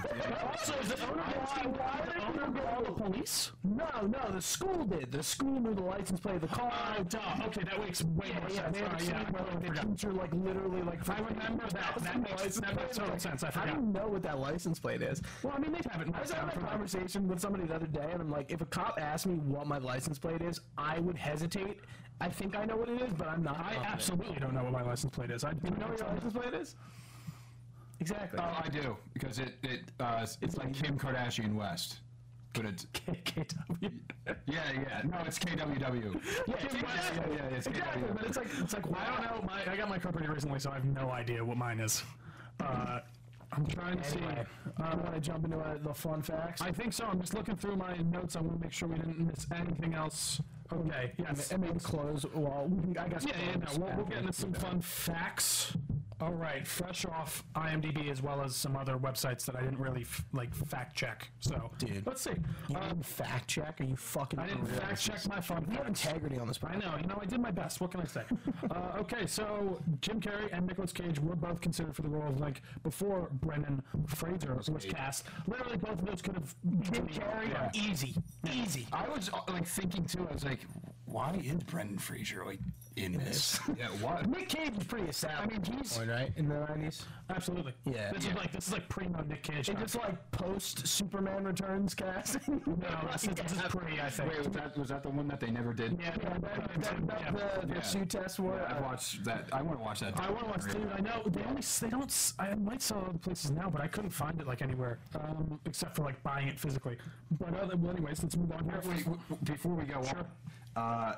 Speaker 2: Also, is the owner
Speaker 3: Why-
Speaker 2: asking
Speaker 3: why
Speaker 2: why
Speaker 3: did
Speaker 2: the owner
Speaker 3: people
Speaker 2: call the
Speaker 3: go-
Speaker 2: police?
Speaker 3: No, no, the school did. The school knew the license plate of the car.
Speaker 2: Oh, duh. Okay, that makes way
Speaker 3: yeah,
Speaker 2: more
Speaker 3: yeah,
Speaker 2: sense.
Speaker 3: they had
Speaker 2: Sorry,
Speaker 3: a
Speaker 2: yeah, I
Speaker 3: scene where
Speaker 2: totally
Speaker 3: like, the
Speaker 2: forgot.
Speaker 3: teacher like literally like.
Speaker 2: I remember that. That makes-
Speaker 3: license
Speaker 2: that
Speaker 3: plate.
Speaker 2: makes total
Speaker 3: Like,
Speaker 2: sense. I
Speaker 3: I
Speaker 2: forgot.
Speaker 3: don't know what that license plate is.
Speaker 2: Well, I mean, they have it.
Speaker 3: I was
Speaker 2: down
Speaker 3: having
Speaker 2: for
Speaker 3: a
Speaker 2: like-
Speaker 3: conversation with somebody the other day, and I'm like, if a cop asked me what my license plate is, I would hesitate. I think I know what it is, but I'm not.
Speaker 2: I
Speaker 3: confident.
Speaker 2: absolutely don't know what my license plate is. I do
Speaker 3: You know
Speaker 2: know
Speaker 3: what your license plate is. Exactly.
Speaker 4: *laughs* Oh, I do because it it uh, it's like Kim Kardashian West, but it's
Speaker 2: KW.
Speaker 4: yeah yeah no it's KWW.
Speaker 3: *laughs* yeah,
Speaker 4: yeah, yeah, yeah, it's-
Speaker 3: exactly. But it's like it's like
Speaker 2: I don't know. My, I got my car pretty recently, so I have no idea what mine is. Uh, I'm trying to
Speaker 3: Anyway,
Speaker 2: see.
Speaker 3: I want to jump into uh, the fun facts.
Speaker 2: I think so. I'm just looking through my notes. I want to make sure we didn't miss anything else. Okay. Yes.
Speaker 3: and maybe close. Well, we can- I guess.
Speaker 2: Yeah, yeah, no,
Speaker 3: close
Speaker 2: we'll, we'll
Speaker 3: after.
Speaker 2: get into some fun facts. All right, fresh off IMDb as well as some other websites that I didn't really f- like fact check. So
Speaker 3: Dude.
Speaker 2: let's see.
Speaker 3: You
Speaker 2: Uh,
Speaker 3: didn't fact check? Are you fucking?
Speaker 2: I didn't
Speaker 3: for real?
Speaker 2: fact check my fun
Speaker 3: You have
Speaker 2: facts.
Speaker 3: integrity on this
Speaker 2: I
Speaker 3: podcast.
Speaker 2: know, you know, I did my best. What can I say? uh, okay, so Jim Carrey and Nicolas Cage were both considered for the role of Link before Brendan Fraser was cast. Literally, both of those could have. Jim Carrey, easy, easy.
Speaker 4: I was uh, like thinking too. I was like,
Speaker 6: Why is Brendan Fraser like in this?
Speaker 4: *laughs*
Speaker 6: yeah, what?
Speaker 3: Nick Cage is pretty established. I mean, he's right in the nineties.
Speaker 2: Absolutely.
Speaker 3: Yeah.
Speaker 2: This
Speaker 3: Yeah.
Speaker 2: is like this is like primo Nick Cage.
Speaker 3: And
Speaker 2: time.
Speaker 3: just like post Superman Returns casting.
Speaker 2: *laughs* no, this is, this is pretty. I think.
Speaker 4: wait, was that was that the one that they never did?
Speaker 2: yeah,
Speaker 3: Yeah,
Speaker 2: that-
Speaker 3: that, that, that,
Speaker 2: yeah.
Speaker 3: The, the
Speaker 4: Yeah.
Speaker 3: shoe test uh, one.
Speaker 4: Yeah, I've watched that. I want to watch that.
Speaker 2: I want to watch
Speaker 4: documentary.
Speaker 2: Dude. I know they only s- they don't. s- I might sell it other places now, but I couldn't find it like anywhere um, except for like buying it physically. But other, well, anyways, let's move on here.
Speaker 4: Wait, w- w- before we go
Speaker 2: Sure.
Speaker 4: on, uh,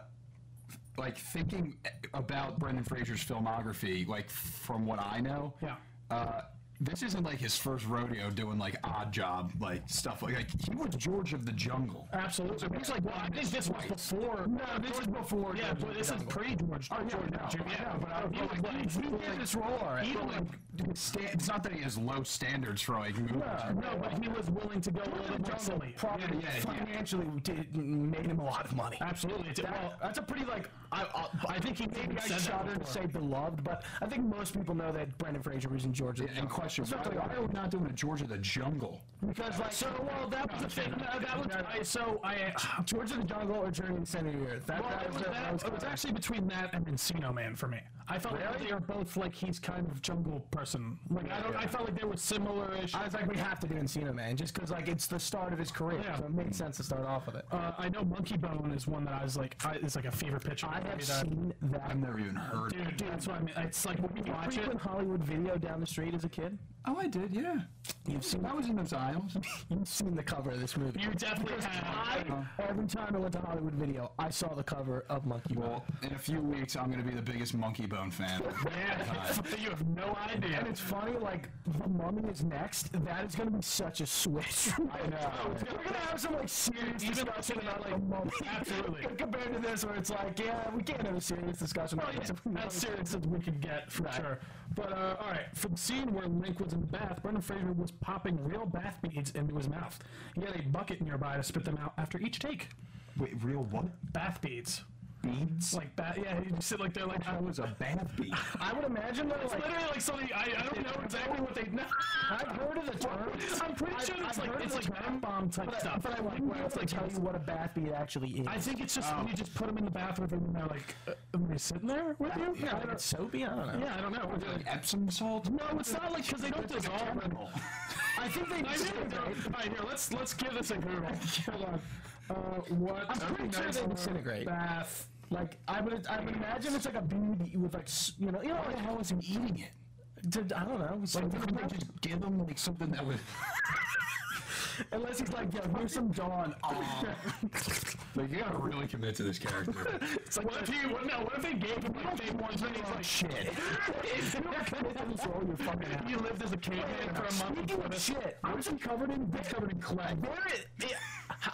Speaker 4: like thinking about Brendan Fraser's filmography, like from what I know,
Speaker 2: Yeah.
Speaker 4: uh, this isn't like his first rodeo doing like odd job like stuff like, like he was George of the Jungle.
Speaker 2: Absolutely. He's like, well, I think this was before. No,
Speaker 4: this is before
Speaker 2: Yeah,
Speaker 4: George
Speaker 2: but
Speaker 4: of
Speaker 2: this
Speaker 4: the
Speaker 2: is
Speaker 4: Jungle.
Speaker 2: pre George.
Speaker 4: Oh, yeah,
Speaker 2: George
Speaker 4: no,
Speaker 2: Jr.
Speaker 4: I know, but I
Speaker 2: he
Speaker 4: was
Speaker 2: was
Speaker 4: like,
Speaker 2: like,
Speaker 4: he- he
Speaker 2: he
Speaker 4: did
Speaker 2: did
Speaker 4: this
Speaker 2: this role already.
Speaker 4: But, like, his sta- it's not that he has low standards for like movies.
Speaker 2: no, but he was willing to go a little bit more silly.
Speaker 3: Probably
Speaker 4: yeah, yeah.
Speaker 3: financially did, made him a lot of money.
Speaker 2: Absolutely. It's, well,
Speaker 3: that's a pretty like. I, I, I think he maybe I
Speaker 2: said that
Speaker 3: shudder to
Speaker 2: before.
Speaker 3: say beloved, but I think most people know that Brendan Fraser was in Georgia.
Speaker 4: And question. Why, why are
Speaker 2: oh,
Speaker 4: we not doing a Georgia the Jungle?
Speaker 3: Because like so, well, that was the thing. No, that was I, so *sighs* I George of the Jungle or Journey to Center Year. That,
Speaker 2: Well,
Speaker 3: that
Speaker 2: it
Speaker 3: was,
Speaker 2: was,
Speaker 3: the-
Speaker 2: that,
Speaker 3: that was
Speaker 2: it was actually between that and Encino Man for me. I felt like they were both like he's kind of jungle person. Like I don't. I felt like they were similar-ish.
Speaker 3: I was like, we have to do Encino Man, just because like it's the start of his career,
Speaker 2: Yeah.
Speaker 3: so it made sense to start off with it.
Speaker 2: Uh, I know Monkey Bone is one that I was like, I, it's like a favorite picture.
Speaker 3: I have seen that.
Speaker 6: I've never even heard.
Speaker 2: Dude, dude, that's what I mean. It's like when we watch it.
Speaker 3: Frequent Hollywood video down the street as a kid.
Speaker 6: Oh, I did, yeah.
Speaker 3: You've seen
Speaker 6: I was in those
Speaker 2: *laughs*
Speaker 6: aisles.
Speaker 3: you've seen the cover of this movie.
Speaker 2: You definitely have.
Speaker 3: I, every time I went to Hollywood Video, I saw the cover of Monkey Bone.
Speaker 6: well, in a few weeks, I'm gonna be the biggest Monkey Bone fan.
Speaker 2: Yeah, *laughs* you have no
Speaker 3: And
Speaker 2: idea.
Speaker 3: it's funny, like the mummy is next. That is gonna be such a switch. I know. *laughs* We're gonna have some like serious discussion about like the mummy.
Speaker 2: Absolutely.
Speaker 3: *laughs* Compared to this, where it's like, yeah, we can't have a serious discussion.
Speaker 2: Well,
Speaker 3: about
Speaker 2: yeah,
Speaker 3: this. *laughs*
Speaker 2: as serious as we could get, for sure. But, uh, alright, from the scene where Link was in the bath, Brendan Fraser was popping real bath beads into his mouth. He had a bucket nearby to spit them out after each take.
Speaker 6: *laughs* Wait, real what?
Speaker 2: Bath beads.
Speaker 6: Beads?
Speaker 2: Like, ba- yeah, he just sit like there, like, I was a.
Speaker 6: bath
Speaker 4: *laughs*
Speaker 6: bead.
Speaker 3: I would imagine though,
Speaker 2: It's
Speaker 3: like
Speaker 2: literally like something, I, I don't know exactly what they. No.
Speaker 3: *laughs* I've heard of the term.
Speaker 2: I'm pretty sure it's like- it's like bath bomb type
Speaker 3: but
Speaker 2: stuff.
Speaker 3: I, but I
Speaker 2: Like,
Speaker 3: wouldn't
Speaker 2: where
Speaker 3: be able
Speaker 2: it's
Speaker 3: to
Speaker 2: like-
Speaker 3: tell you what a bath bead actually is. Um,
Speaker 2: I think it's just, you just put them in the bathroom and they're like, uh, am I sitting there with you? I
Speaker 3: yeah, like
Speaker 2: don't-
Speaker 3: it's soapy. I don't know.
Speaker 2: yeah, I don't know.
Speaker 6: Like Epsom salt?
Speaker 2: No, it's not like because they don't dissolve.
Speaker 3: *laughs* I think they.
Speaker 2: I didn't know. All right, here, let's let's give this a Google.
Speaker 3: *laughs*
Speaker 2: Hold on. Uh, what?
Speaker 3: I'm pretty sure they
Speaker 2: are
Speaker 3: disintegrate.
Speaker 2: Bath.
Speaker 3: Like I would, I would imagine it's like a beauty with like s- you know, you know, like, how is he eating it? Did, I don't know. It's like,
Speaker 6: Couldn't they just give them like something that would
Speaker 3: unless he's like, yo, here's some *laughs* Dawn.
Speaker 6: like you gotta really commit to this character.
Speaker 2: It's like, what if he? What, no, what if they gave him like they one thing? He's like, shit.
Speaker 3: *laughs* you fucking ass.
Speaker 2: He lived as a caveman for a month.
Speaker 3: Speaking
Speaker 2: before
Speaker 3: of
Speaker 2: this.
Speaker 3: shit, I was covered in it's covered in clay. There is,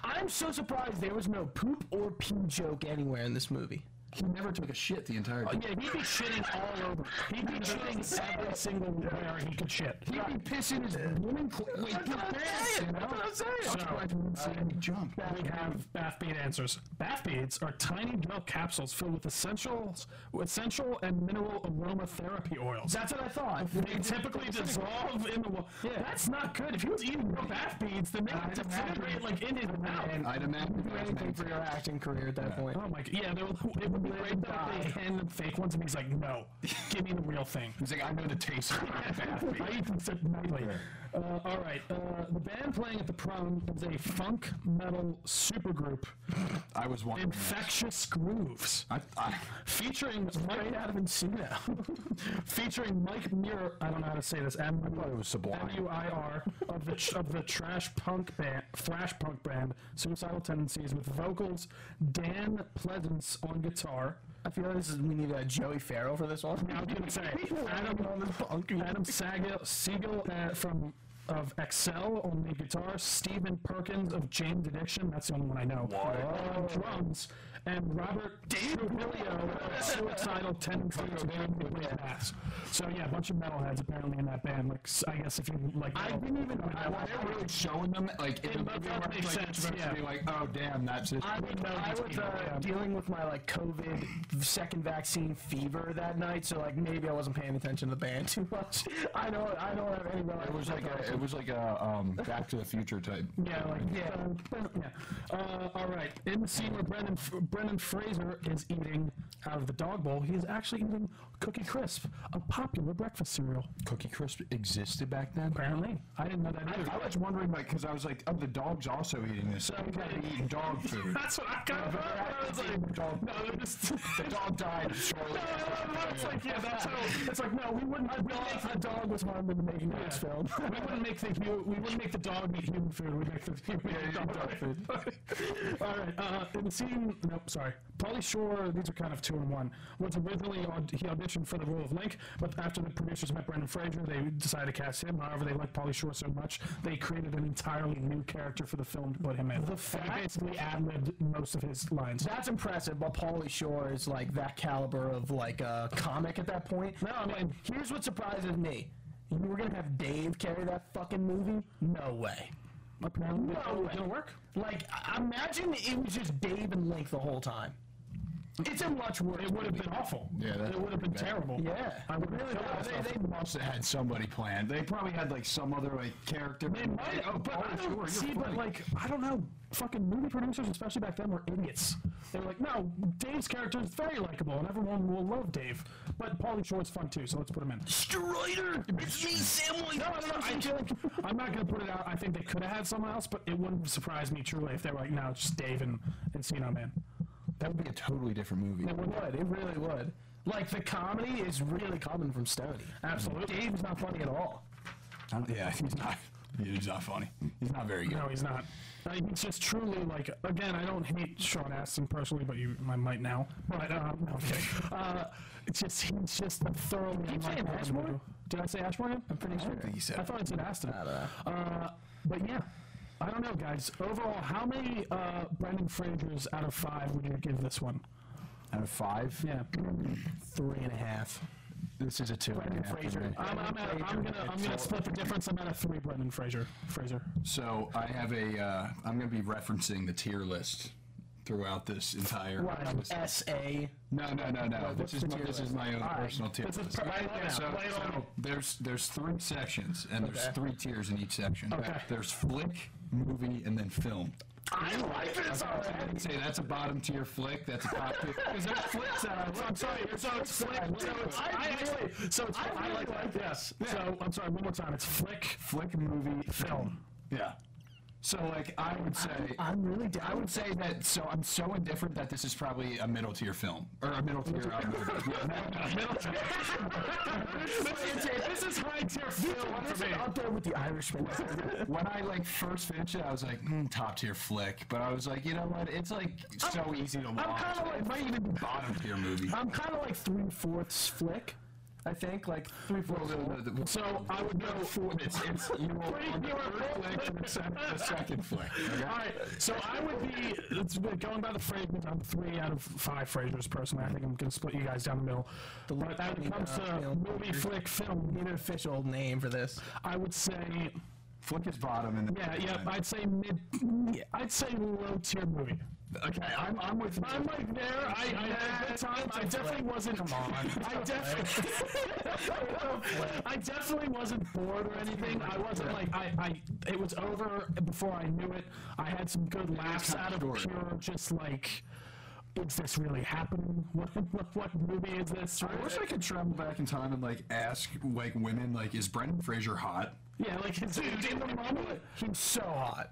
Speaker 3: I'm so surprised there was no poop or pee joke anywhere in this movie.
Speaker 6: he never took a shit the entire time.
Speaker 2: Yeah, he'd be shitting all over. He'd be shitting every single where he could shit.
Speaker 6: He'd be pissing his woman cl- like his pants, you know?
Speaker 2: So,
Speaker 6: I didn't see any jump.
Speaker 2: we have bath bead answers. Bath beads are tiny gel capsules filled with essentials, essential and mineral aromatherapy oils.
Speaker 3: That's what I thought.
Speaker 2: They typically dissolve in the water. That's not good. If he was eating real bath beads, then they would disintegrate like in his mouth.
Speaker 6: I'd imagine
Speaker 3: Do anything for your acting career at that point.
Speaker 2: Oh my god. Yeah, they were, it would be great that if
Speaker 3: *laughs*
Speaker 2: they hand him fake ones, and he's like, no, give me the real thing.
Speaker 6: He's like, I know the taste *laughs* of bath bead.
Speaker 2: I eat them so nightly. Uh, all right. Uh, the band playing at the prom is a funk metal supergroup,
Speaker 6: I was wondering.
Speaker 2: Infectious Grooves.
Speaker 6: I, I,
Speaker 2: featuring Mike out of Encino. *laughs* featuring Mike Muir. I don't know how to say this. M I thought it was
Speaker 6: Sublime.
Speaker 2: M U I R of the tr- of the trash punk band, thrash punk band, Suicidal Tendencies, with vocals Dan Pleasance on guitar.
Speaker 3: I feel like this is we need a Joey Farrell for this one.
Speaker 2: I was gonna say Adam on the
Speaker 3: punk.
Speaker 2: Adam Saga, Siegel uh, from of Excel on the guitar, Stephen Perkins of James Addiction, that's the only one I know, on drums, and Robert Trujillo of Suicidal
Speaker 6: *laughs*
Speaker 2: Tendencies and the Bass. So yeah, a bunch of metalheads apparently in that band. Like s- I guess if you like,
Speaker 6: I didn't even. I, well, they're really showing them like in
Speaker 2: It
Speaker 6: the movie
Speaker 2: does
Speaker 6: where
Speaker 2: make
Speaker 6: it's like,
Speaker 2: sense,
Speaker 6: it's supposed
Speaker 2: yeah.
Speaker 6: to be like, oh damn, that's it.
Speaker 3: I, would,
Speaker 2: know
Speaker 3: I
Speaker 2: these
Speaker 3: was
Speaker 2: people,
Speaker 3: uh,
Speaker 2: yeah.
Speaker 3: dealing with my like COVID second vaccine fever that night, so like maybe I wasn't
Speaker 2: *laughs*
Speaker 3: paying attention to the band too much. I don't, I don't have any.
Speaker 6: It was like a, it was like a um, Back to the Future type.
Speaker 2: Yeah, like yeah, yeah. Uh, all right. In the scene where Brendan Brendan Fraser is eating out of the dog bowl, he is actually eating Cookie Crisp, a popular breakfast cereal.
Speaker 6: Cookie Crisp existed back then.
Speaker 2: Apparently, I didn't know that either.
Speaker 6: I was wondering, like, because I was like, oh, the dog's also eating this. So we gotta be eating
Speaker 2: *laughs*
Speaker 6: dog food.
Speaker 2: That's what I kind of thought. when I was like,
Speaker 6: dog,
Speaker 2: no, they're *laughs* just.
Speaker 6: the dog died shortly.
Speaker 2: No, no, no, it's like, yeah, *laughs* that's how. It's like, no, we wouldn't. we wouldn't make the dog
Speaker 3: was harmed in making
Speaker 2: yeah.
Speaker 3: this film.
Speaker 2: we wouldn't make the hu- we wouldn't make the dog eat human food. We'd make the human eat dog, food. All right. *laughs* Uh, in the scene, nope, sorry. Paulie Shore. These are kind of two and one. Was originally aud- he auditioned for the role of Link, but after the producers met Brendan Fraser, they decided to cast him. However, they liked Paulie Shore so much, they created an entirely new character for the film to put him in. The fact basically ad libbed most of his lines.
Speaker 3: That's impressive, but Paulie Shore is like that caliber of like a comic at that point.
Speaker 2: No, I mean,
Speaker 3: Here's what surprises me: you were gonna have Dave carry that fucking movie? No way.
Speaker 2: apparently,
Speaker 3: No
Speaker 2: it was
Speaker 3: way.
Speaker 2: gonna work.
Speaker 3: Like, I- imagine it was just Dave and Link the whole time.
Speaker 2: It's in Watchword. It would have been awful.
Speaker 7: Yeah, that-
Speaker 2: it would have been
Speaker 7: that-
Speaker 2: terrible.
Speaker 3: Yeah.
Speaker 2: I would really
Speaker 7: Yeah, they, they must have had somebody planned. They probably had like some other like character.
Speaker 2: They might,
Speaker 7: Oh,
Speaker 2: but I
Speaker 7: oh,
Speaker 2: don't
Speaker 7: sure, you're
Speaker 2: see. But
Speaker 7: funny.
Speaker 2: like, I don't know. Fucking movie producers, especially back then, were idiots. They were like, "No, Dave's character is very likable, and everyone will love Dave." But Paulie Shore's fun too, so let's put him in.
Speaker 3: Strider! It's me, Sam
Speaker 2: No, no, no, I'm, kidding. I'm not gonna put it out. I think they could have had someone else, but it wouldn't surprise me truly if they were like, "No, it's just Dave and and Cena, man."
Speaker 7: that would be a totally different movie.
Speaker 3: It would. It really would. Like the comedy is really coming from Stoney.
Speaker 7: Mm-hmm.
Speaker 2: Absolutely.
Speaker 3: Dave's not funny at all.
Speaker 7: I don't- Yeah, he's not. He's not funny. He's not very good.
Speaker 2: No, he's not. Uh, He's just truly like. Again, I don't hate Sean Astin personally, but you, I might now. But um, no, I'm kidding. *laughs* Uh, it's just he's just a thoroughly.
Speaker 3: you say
Speaker 2: unlikable
Speaker 3: Ashmore?
Speaker 2: individual. Did I say Ashmore? Again? I'm pretty sure.
Speaker 7: think he said
Speaker 2: I thought I said Astin. Uh, but yeah, I don't know, guys. Overall, how many uh, Brendan Fraser's out of five would you give this one?
Speaker 7: Out of five,
Speaker 2: Yeah,
Speaker 3: Three and a half.
Speaker 7: this is a two. and a
Speaker 3: Brendan
Speaker 7: half for
Speaker 3: Fraser.
Speaker 7: me.
Speaker 2: I'm, I'm, at, I'm gonna I'm gonna split the difference. I'm at a three, Brendan Fraser. Fraser.
Speaker 4: So I have a. Uh, I'm going to be referencing the tier list throughout this entire.
Speaker 2: Uh,
Speaker 3: S A.
Speaker 4: No, no, no, no. This is my, this is my own personal tier
Speaker 2: This is
Speaker 4: list.
Speaker 2: per- I love it.
Speaker 4: So,
Speaker 2: Lay it on me.
Speaker 4: so there's there's three sections and there's
Speaker 3: Okay.
Speaker 4: three tiers in each section.
Speaker 2: Okay.
Speaker 4: There's flick, movie, and then film.
Speaker 2: I like this
Speaker 4: So I would say that's a bottom tier flick. That's a top tier.
Speaker 2: Because there's flips that I *laughs* like. I'm sorry. So it's flick. So it's, I, actually. So it's, I, like, like this. So I'm sorry. One more time. It's flick,
Speaker 4: Flick, movie,
Speaker 2: film.
Speaker 4: *laughs* Yeah. So like I would say
Speaker 3: I'm really
Speaker 4: I would say that so I'm so indifferent that this is probably a middle tier film or a middle *laughs* tier. uh, movie. Yeah, no, no,
Speaker 2: *laughs*
Speaker 4: middle tier.
Speaker 2: This is- this is high tier film for me.
Speaker 3: up there with the
Speaker 2: *laughs*
Speaker 3: Irishman.
Speaker 4: When I like first finished it, I was like hmm, top tier flick, but I was like, you know what? It's like *laughs* so
Speaker 2: Oh,
Speaker 4: easy to watch.
Speaker 3: kinda like-
Speaker 4: it might even be bottom tier movie.
Speaker 3: I'm kind of like three fourths flick. I think like three fourths.
Speaker 2: So I would go for
Speaker 4: it's, it's
Speaker 2: *laughs*
Speaker 4: you will
Speaker 2: Three
Speaker 4: on the
Speaker 2: tier
Speaker 4: first
Speaker 2: flick.
Speaker 4: flick and the second, the second flick.
Speaker 2: All right, so I would be it's been going by the Frasers. I'm three out of five Frasers personally. I think I'm gonna split you guys down the middle. But when it comes to movie, flick, film,
Speaker 3: Need an official name for this.
Speaker 2: I would say
Speaker 4: Flick is bottom and
Speaker 2: yeah, yeah. I'd say mid. yeah, I'd say low tier movie.
Speaker 4: Okay, I'm, I'm with you.
Speaker 2: I'm like there. I, I at that time, I definitely wasn't. Come on. *laughs* I definitely, *laughs* I definitely wasn't bored or anything. I wasn't like I, I. It was over before I knew it. I had some good laughs
Speaker 4: kinda
Speaker 2: out of
Speaker 4: short.
Speaker 2: pure, just like. Is this really happening? What what, what movie is this?
Speaker 4: I wish I could travel back in time and like ask like women like is Brendan Fraser hot?
Speaker 2: yeah, like dude, in the moment,
Speaker 3: He's so hot.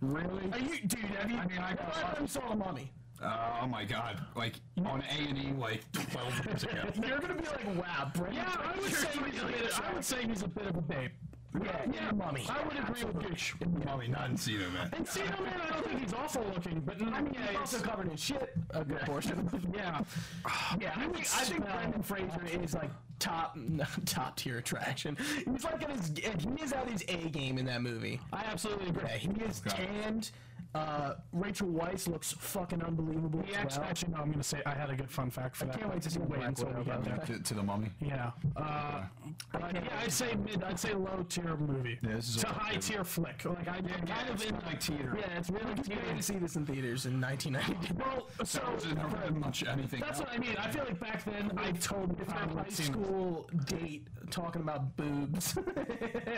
Speaker 4: Really?
Speaker 3: Are you, dude? Have you?
Speaker 4: I mean, I-
Speaker 3: When last time you saw the mummy.
Speaker 4: oh my god! Like on A and E like twelve years *laughs* ago.
Speaker 3: You're gonna be like, wow, Brendan.
Speaker 2: Yeah, I would say he's a bit. I would say he's a bit of a babe.
Speaker 3: Yeah, yeah, mummy.
Speaker 2: I would agree with Gooch.
Speaker 4: Probably not in Cena, man.
Speaker 2: And Cena Man, I don't think he's awful looking, but I mean,
Speaker 3: He's also covered in shit. A good portion.
Speaker 2: Yeah.
Speaker 3: *sighs* Yeah, I think, I think Brendan Fraser is like *laughs* top top tier attraction. He's like at his he is at his A game in that movie.
Speaker 2: I absolutely agree.
Speaker 3: Yeah, he is
Speaker 4: Okay.
Speaker 3: tanned. Uh, Rachel Weisz looks fucking unbelievable.
Speaker 2: He
Speaker 3: as
Speaker 2: actually,
Speaker 3: well.
Speaker 2: actually, no, I'm going to say I had a good fun fact for that.
Speaker 3: can't wait to see
Speaker 2: Wait
Speaker 3: Black
Speaker 2: until we
Speaker 3: Widow,
Speaker 2: get
Speaker 3: by the
Speaker 2: there.
Speaker 4: To, to the mummy.
Speaker 2: Yeah. Uh, but yeah, I'd say mid, I'd say low tier movie. Yeah,
Speaker 4: this is
Speaker 2: to
Speaker 4: a low
Speaker 2: high
Speaker 4: tier
Speaker 2: tier flick. Like I yeah, kind of in like
Speaker 4: theater.
Speaker 3: Yeah, it's really exciting to see this in theaters in 1990.
Speaker 2: Well, so
Speaker 4: So there's never been much anything.
Speaker 2: that's what I mean. I feel like back then I totally
Speaker 3: It's my
Speaker 2: probably
Speaker 3: high
Speaker 2: would've seen this.
Speaker 3: school date talking about boobs. *laughs*
Speaker 2: And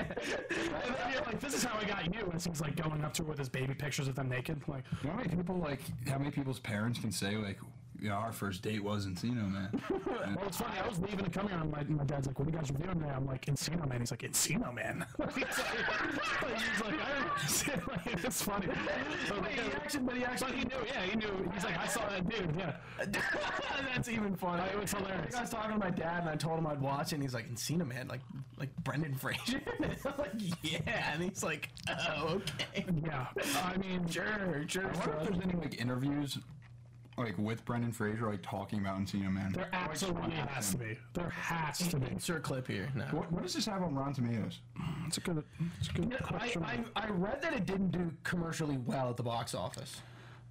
Speaker 2: then you're like, this is how *laughs* I got you. And he's like going up to her with his baby pictures of them naked. Like,
Speaker 4: You know how many people like how many people's parents can say like, you know, our first date was Encino, *laughs* man.
Speaker 2: Well, it's funny. I was leaving to come here, and my, my dad's like, "What are you guys reviewing today?" I'm like, "Encino Man." He's like, "Encino Man." *laughs* he's like, he's like, I don't *laughs* understand. Like, it's *laughs* funny. But,
Speaker 3: Wait, he actually- but he actually-
Speaker 2: but he knew. Yeah, he knew. He's like, I saw that dude. *laughs* Yeah,
Speaker 3: That's even funny.
Speaker 2: it was hilarious.
Speaker 3: I was talking to my dad and I told him I'd watch it and he's like, Encina Man, like like Brendan Fraser. *laughs* I'm like, yeah. And he's like, oh, okay.
Speaker 2: yeah. I *laughs* mean,
Speaker 3: Sure, sure.
Speaker 4: I wonder if there's any like interviews like with Brendan Fraser like talking about Encino, man.
Speaker 2: there absolutely has to be. There has to be.
Speaker 3: Insert clip here. No.
Speaker 4: What, what does this have on Rotten Tomatoes?
Speaker 2: It's a good. It's a good
Speaker 3: I,
Speaker 2: question.
Speaker 3: I, I read that it didn't do commercially well at the box office.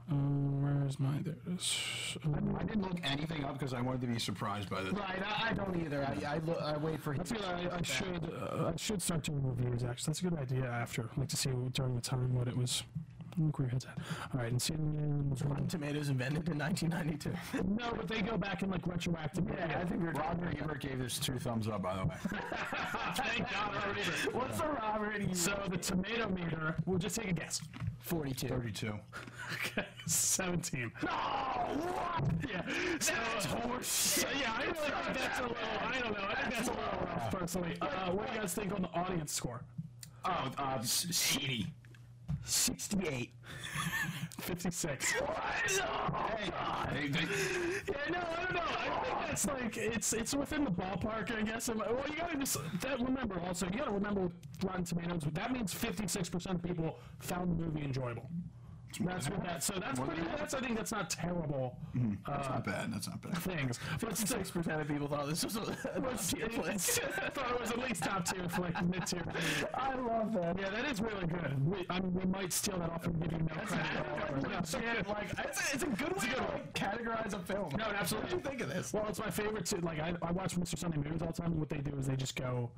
Speaker 2: um, where is my? There it is. Um,
Speaker 4: I didn't look anything up because I wanted to be surprised by this.
Speaker 3: Right, I, I don't either. I, I, look, I wait for him.
Speaker 2: I feel like I, I should uh, I should start doing reviews. Actually, that's a good idea. After, like, to see during the time what it was Look where your head's at. All right, and see. *laughs*
Speaker 3: Rotten Tomatoes invented in 1992.
Speaker 2: No, but they go back and like retroactively.
Speaker 3: yeah, I think we we're
Speaker 4: Roger Ebert gave this two thumbs up, by the way.
Speaker 2: *laughs*
Speaker 4: *laughs*
Speaker 2: Thank God *laughs* already.
Speaker 3: What's the robbery?
Speaker 2: So the tomato meter, we'll just take a guess. *laughs*
Speaker 3: 42.
Speaker 4: 32.
Speaker 2: Okay, 17. No! What? Yeah. So, that's horse So, yeah, I really think that's a little, I don't know, I think that's a little rough, personally. Uh, what do you guys think on the audience score?
Speaker 4: Oh, uh, shitty.
Speaker 3: 68.
Speaker 2: 56.
Speaker 4: Hey, they- they-
Speaker 2: Yeah, no, I don't know. I think that's like it's it's within the ballpark, I guess. Am I- Well, you gotta just that, remember also. You gotta remember with Rotten Tomatoes. That means fifty six percent of people found the movie enjoyable. That's what that. So that's pretty. That's I think that's not terrible uh,
Speaker 6: Not bad. That's not bad.
Speaker 2: things. But six percent.
Speaker 3: 10
Speaker 2: *laughs*
Speaker 3: of *laughs* people thought this was a, a top-tier
Speaker 2: I
Speaker 3: place.
Speaker 2: thought it was at least top tier for like mid tier.
Speaker 3: I love that.
Speaker 2: Yeah, that is really good. We, I mean, we might steal that off and give you no credit. *laughs*
Speaker 3: That's
Speaker 2: No,
Speaker 3: *laughs*
Speaker 2: yeah,
Speaker 3: like, it's, a, it's a good way to like, categorize a film.
Speaker 2: No, absolutely.
Speaker 3: What did you think of this?
Speaker 2: Well, it's my favorite too. Like I, I watch Mr. Sunday movies all the time. What they do is they just go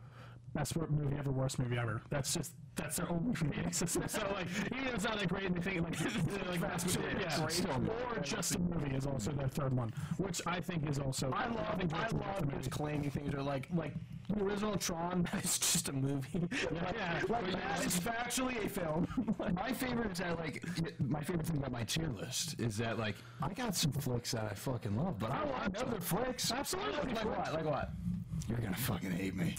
Speaker 2: best wor- movie ever, worst movie ever. That's just that's their only *laughs* rating system. So like even if it's not that great, and they think like, *laughs* they're like that's what
Speaker 3: Yeah,
Speaker 2: yeah.
Speaker 3: great.
Speaker 2: Or just a movie is also their third one, which I think is also.
Speaker 3: I love,
Speaker 2: think
Speaker 3: I
Speaker 2: that's another
Speaker 3: love
Speaker 2: movie.
Speaker 3: just claiming things are like, like *laughs* the original Tron. It's just a movie. like,
Speaker 2: *laughs* Yeah.
Speaker 3: like that is factually
Speaker 2: *laughs*
Speaker 3: a film. *laughs* Like,
Speaker 4: my favorite is that, like, y- my favorite thing about my tier list is that, like, I got some flicks that I fucking love, but I want other flicks.
Speaker 2: Absolutely.
Speaker 3: like what? Like what?
Speaker 6: You're gonna fucking hate *laughs* me.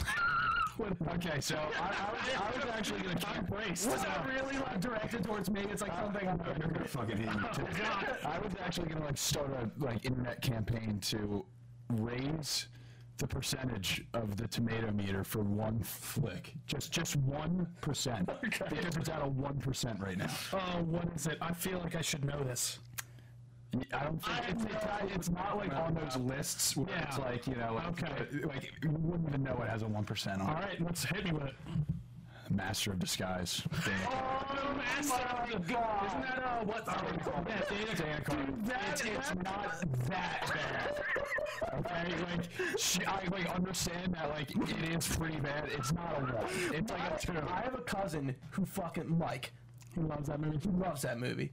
Speaker 4: Okay, so I, I, was,
Speaker 2: *laughs*
Speaker 4: I was actually gonna
Speaker 2: I'm braced.
Speaker 3: Was
Speaker 2: so-
Speaker 3: that really like directed towards me? It's like
Speaker 2: Uh,
Speaker 3: something I'm
Speaker 4: You're gonna
Speaker 2: *laughs*
Speaker 4: fucking hate me *laughs* too.
Speaker 2: God.
Speaker 4: I was actually gonna like start a like internet campaign to raise the percentage of the tomato meter for one flick. Just just one
Speaker 2: *laughs*
Speaker 4: percent. Because it's at a one percent right now.
Speaker 2: Oh, what is it? I feel like I should know this.
Speaker 4: I don't think it's, it's, not, it's not like on those lists where it's
Speaker 2: Yeah.
Speaker 4: like, you know, like,
Speaker 2: Okay.
Speaker 4: like you wouldn't even know it has a one percent on
Speaker 2: All
Speaker 4: it.
Speaker 2: right, let's hit me with it.
Speaker 4: Oh, Master of disguise. Damn.
Speaker 2: Oh, my God! Isn't that uh, what? Yeah, Dana-
Speaker 4: Dan Carvin. it's, it's not that bad. Okay, like she, I like understand that like it is pretty bad. It's not a one. It's like a two.
Speaker 3: I have a cousin who fucking Mike. He loves that movie. He loves that movie.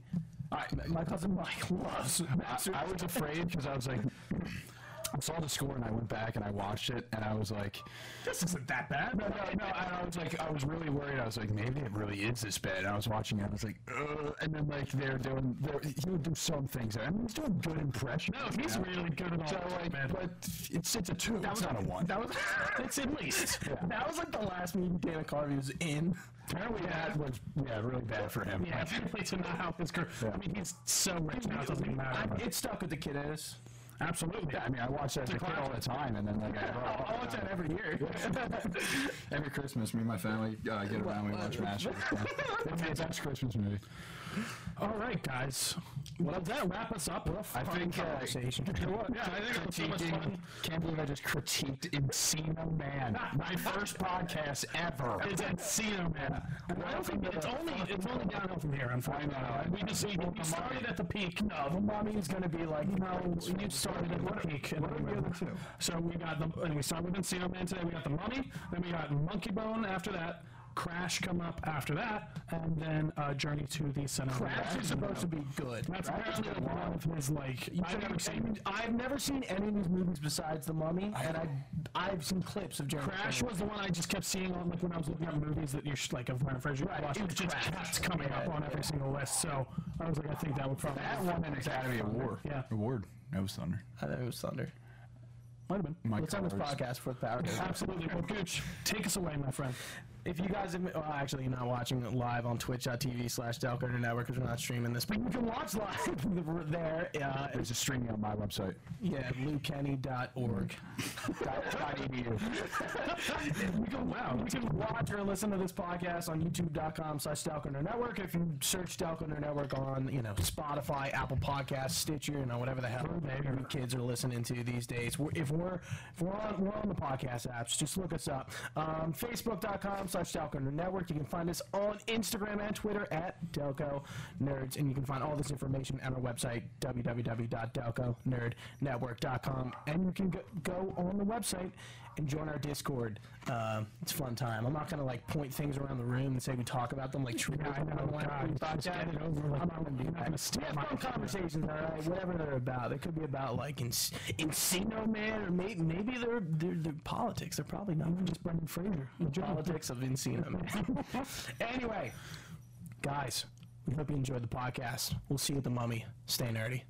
Speaker 4: I,
Speaker 3: My
Speaker 2: *laughs*
Speaker 3: cousin Mike loves
Speaker 4: I,
Speaker 3: Master.
Speaker 4: I was afraid because I was like, I saw the score and I went back and I watched it and I was like,
Speaker 2: This isn't that bad.
Speaker 4: no, no, no. And I was like, I was really worried. I was like, maybe it really is this bad. And I was watching it. and I was like, Ugh. and then like they're doing, they're, he would do some things. there. I mean, he's doing good impressions.
Speaker 2: No, he's
Speaker 4: you know?
Speaker 2: really good at all
Speaker 4: So
Speaker 2: that,
Speaker 4: like,
Speaker 2: man.
Speaker 4: but it's it's a two. That was not a one.
Speaker 3: That was.
Speaker 2: *laughs* It's at least.
Speaker 3: That was like the last movie Dana Carvey was in.
Speaker 4: Apparently that was yeah really bad for him.
Speaker 2: Yeah, *laughs* apparently to not help his career. I mean, he's so rich now, it doesn't even matter.
Speaker 3: It stuck with the kiddos.
Speaker 2: Absolutely.
Speaker 4: I mean, I watched that as a kid all the time, and then
Speaker 2: *laughs*
Speaker 4: like I "Oh,
Speaker 3: I watch that every year.
Speaker 6: Every Christmas, me and my family uh, get around. We watch Master.
Speaker 4: *laughs* It's the best Christmas movie.
Speaker 2: All right, guys. Well, does that wrap us up?
Speaker 4: I think. Uh,
Speaker 3: Conversation.
Speaker 4: you know what?
Speaker 2: *laughs* Yeah, I think it was so much fun.
Speaker 4: Can't believe I just critiqued Encino Man, my first podcast ever.
Speaker 2: It's Encino, man. I don't think it's only it's only downhill from here. Unfortunately, we just we, we started at the peak. No, the mommy's gonna be like, no, you started at the peak. And then we went- So we got the and we started with Encino Man today. We got the mummy, then we got Monkey Bone after that. Crash come up after that, and then uh, Journey to the Center. of the Earth.
Speaker 3: Master's supposed to be good.
Speaker 2: That's apparently one of his like. I've never seen
Speaker 3: And I've never seen any of these movies besides The Mummy, and I I've seen clips of Jeremy.
Speaker 2: Crash was the one I just kept seeing on like when I was looking up movies that you're sh- like of Brent Fraser right, watched. It just kept coming up on every single list. So I was like, I think that would probably
Speaker 4: That won an Academy Award.
Speaker 2: yeah.
Speaker 6: Award. That was thunder.
Speaker 3: I thought it was Thunder.
Speaker 2: Might have been.
Speaker 4: My
Speaker 3: Let's end this
Speaker 4: colors.
Speaker 3: podcast for the power.
Speaker 2: Absolutely. Well, Gooch, take us away, my friend.
Speaker 3: If you guys, have, well, actually, you're not watching it live on twitch.tv slash Delcoder Network because we're not streaming this, but you can watch live *laughs* there. Uh,
Speaker 4: There's a streaming on my website.
Speaker 3: yeah, lukekenny.org.
Speaker 4: Dot- dot
Speaker 3: E
Speaker 4: edu.
Speaker 3: *laughs* you can wow, you can watch or listen to this podcast on youtube.com slash Delcoder Network. If you search Delcoder Network on, you know, Spotify, Apple Podcasts, Stitcher, you know, whatever the hell your kids are listening to these days. We're, if we're if we're on, we're on the podcast apps, just look us up. Um, Facebook.com slash slash Delco Nerd Network. You can find us on Instagram and Twitter at Delco Nerds, and you can find all this information at our website, www.delconerdnetwork.com. And you can go, go on the website and join our Discord. Uh, it's a fun time. I'm not going to like point things around the room and say we talk about them like trivia.
Speaker 2: I know, God, just get it over with.
Speaker 3: Oh, I'm not going to do that.
Speaker 2: gonna steal
Speaker 3: We have
Speaker 2: my
Speaker 3: fun
Speaker 2: idea.
Speaker 3: conversations, all right? Whatever they're about. They could be about like Enc- Encino Man, or may- maybe they're, they're, they're politics. They're probably not even just
Speaker 2: Brendan Fraser.
Speaker 3: the politics of Encino Man. *laughs* anyway, guys, we hope you enjoyed the podcast. We'll see you at the Mummy. Stay nerdy.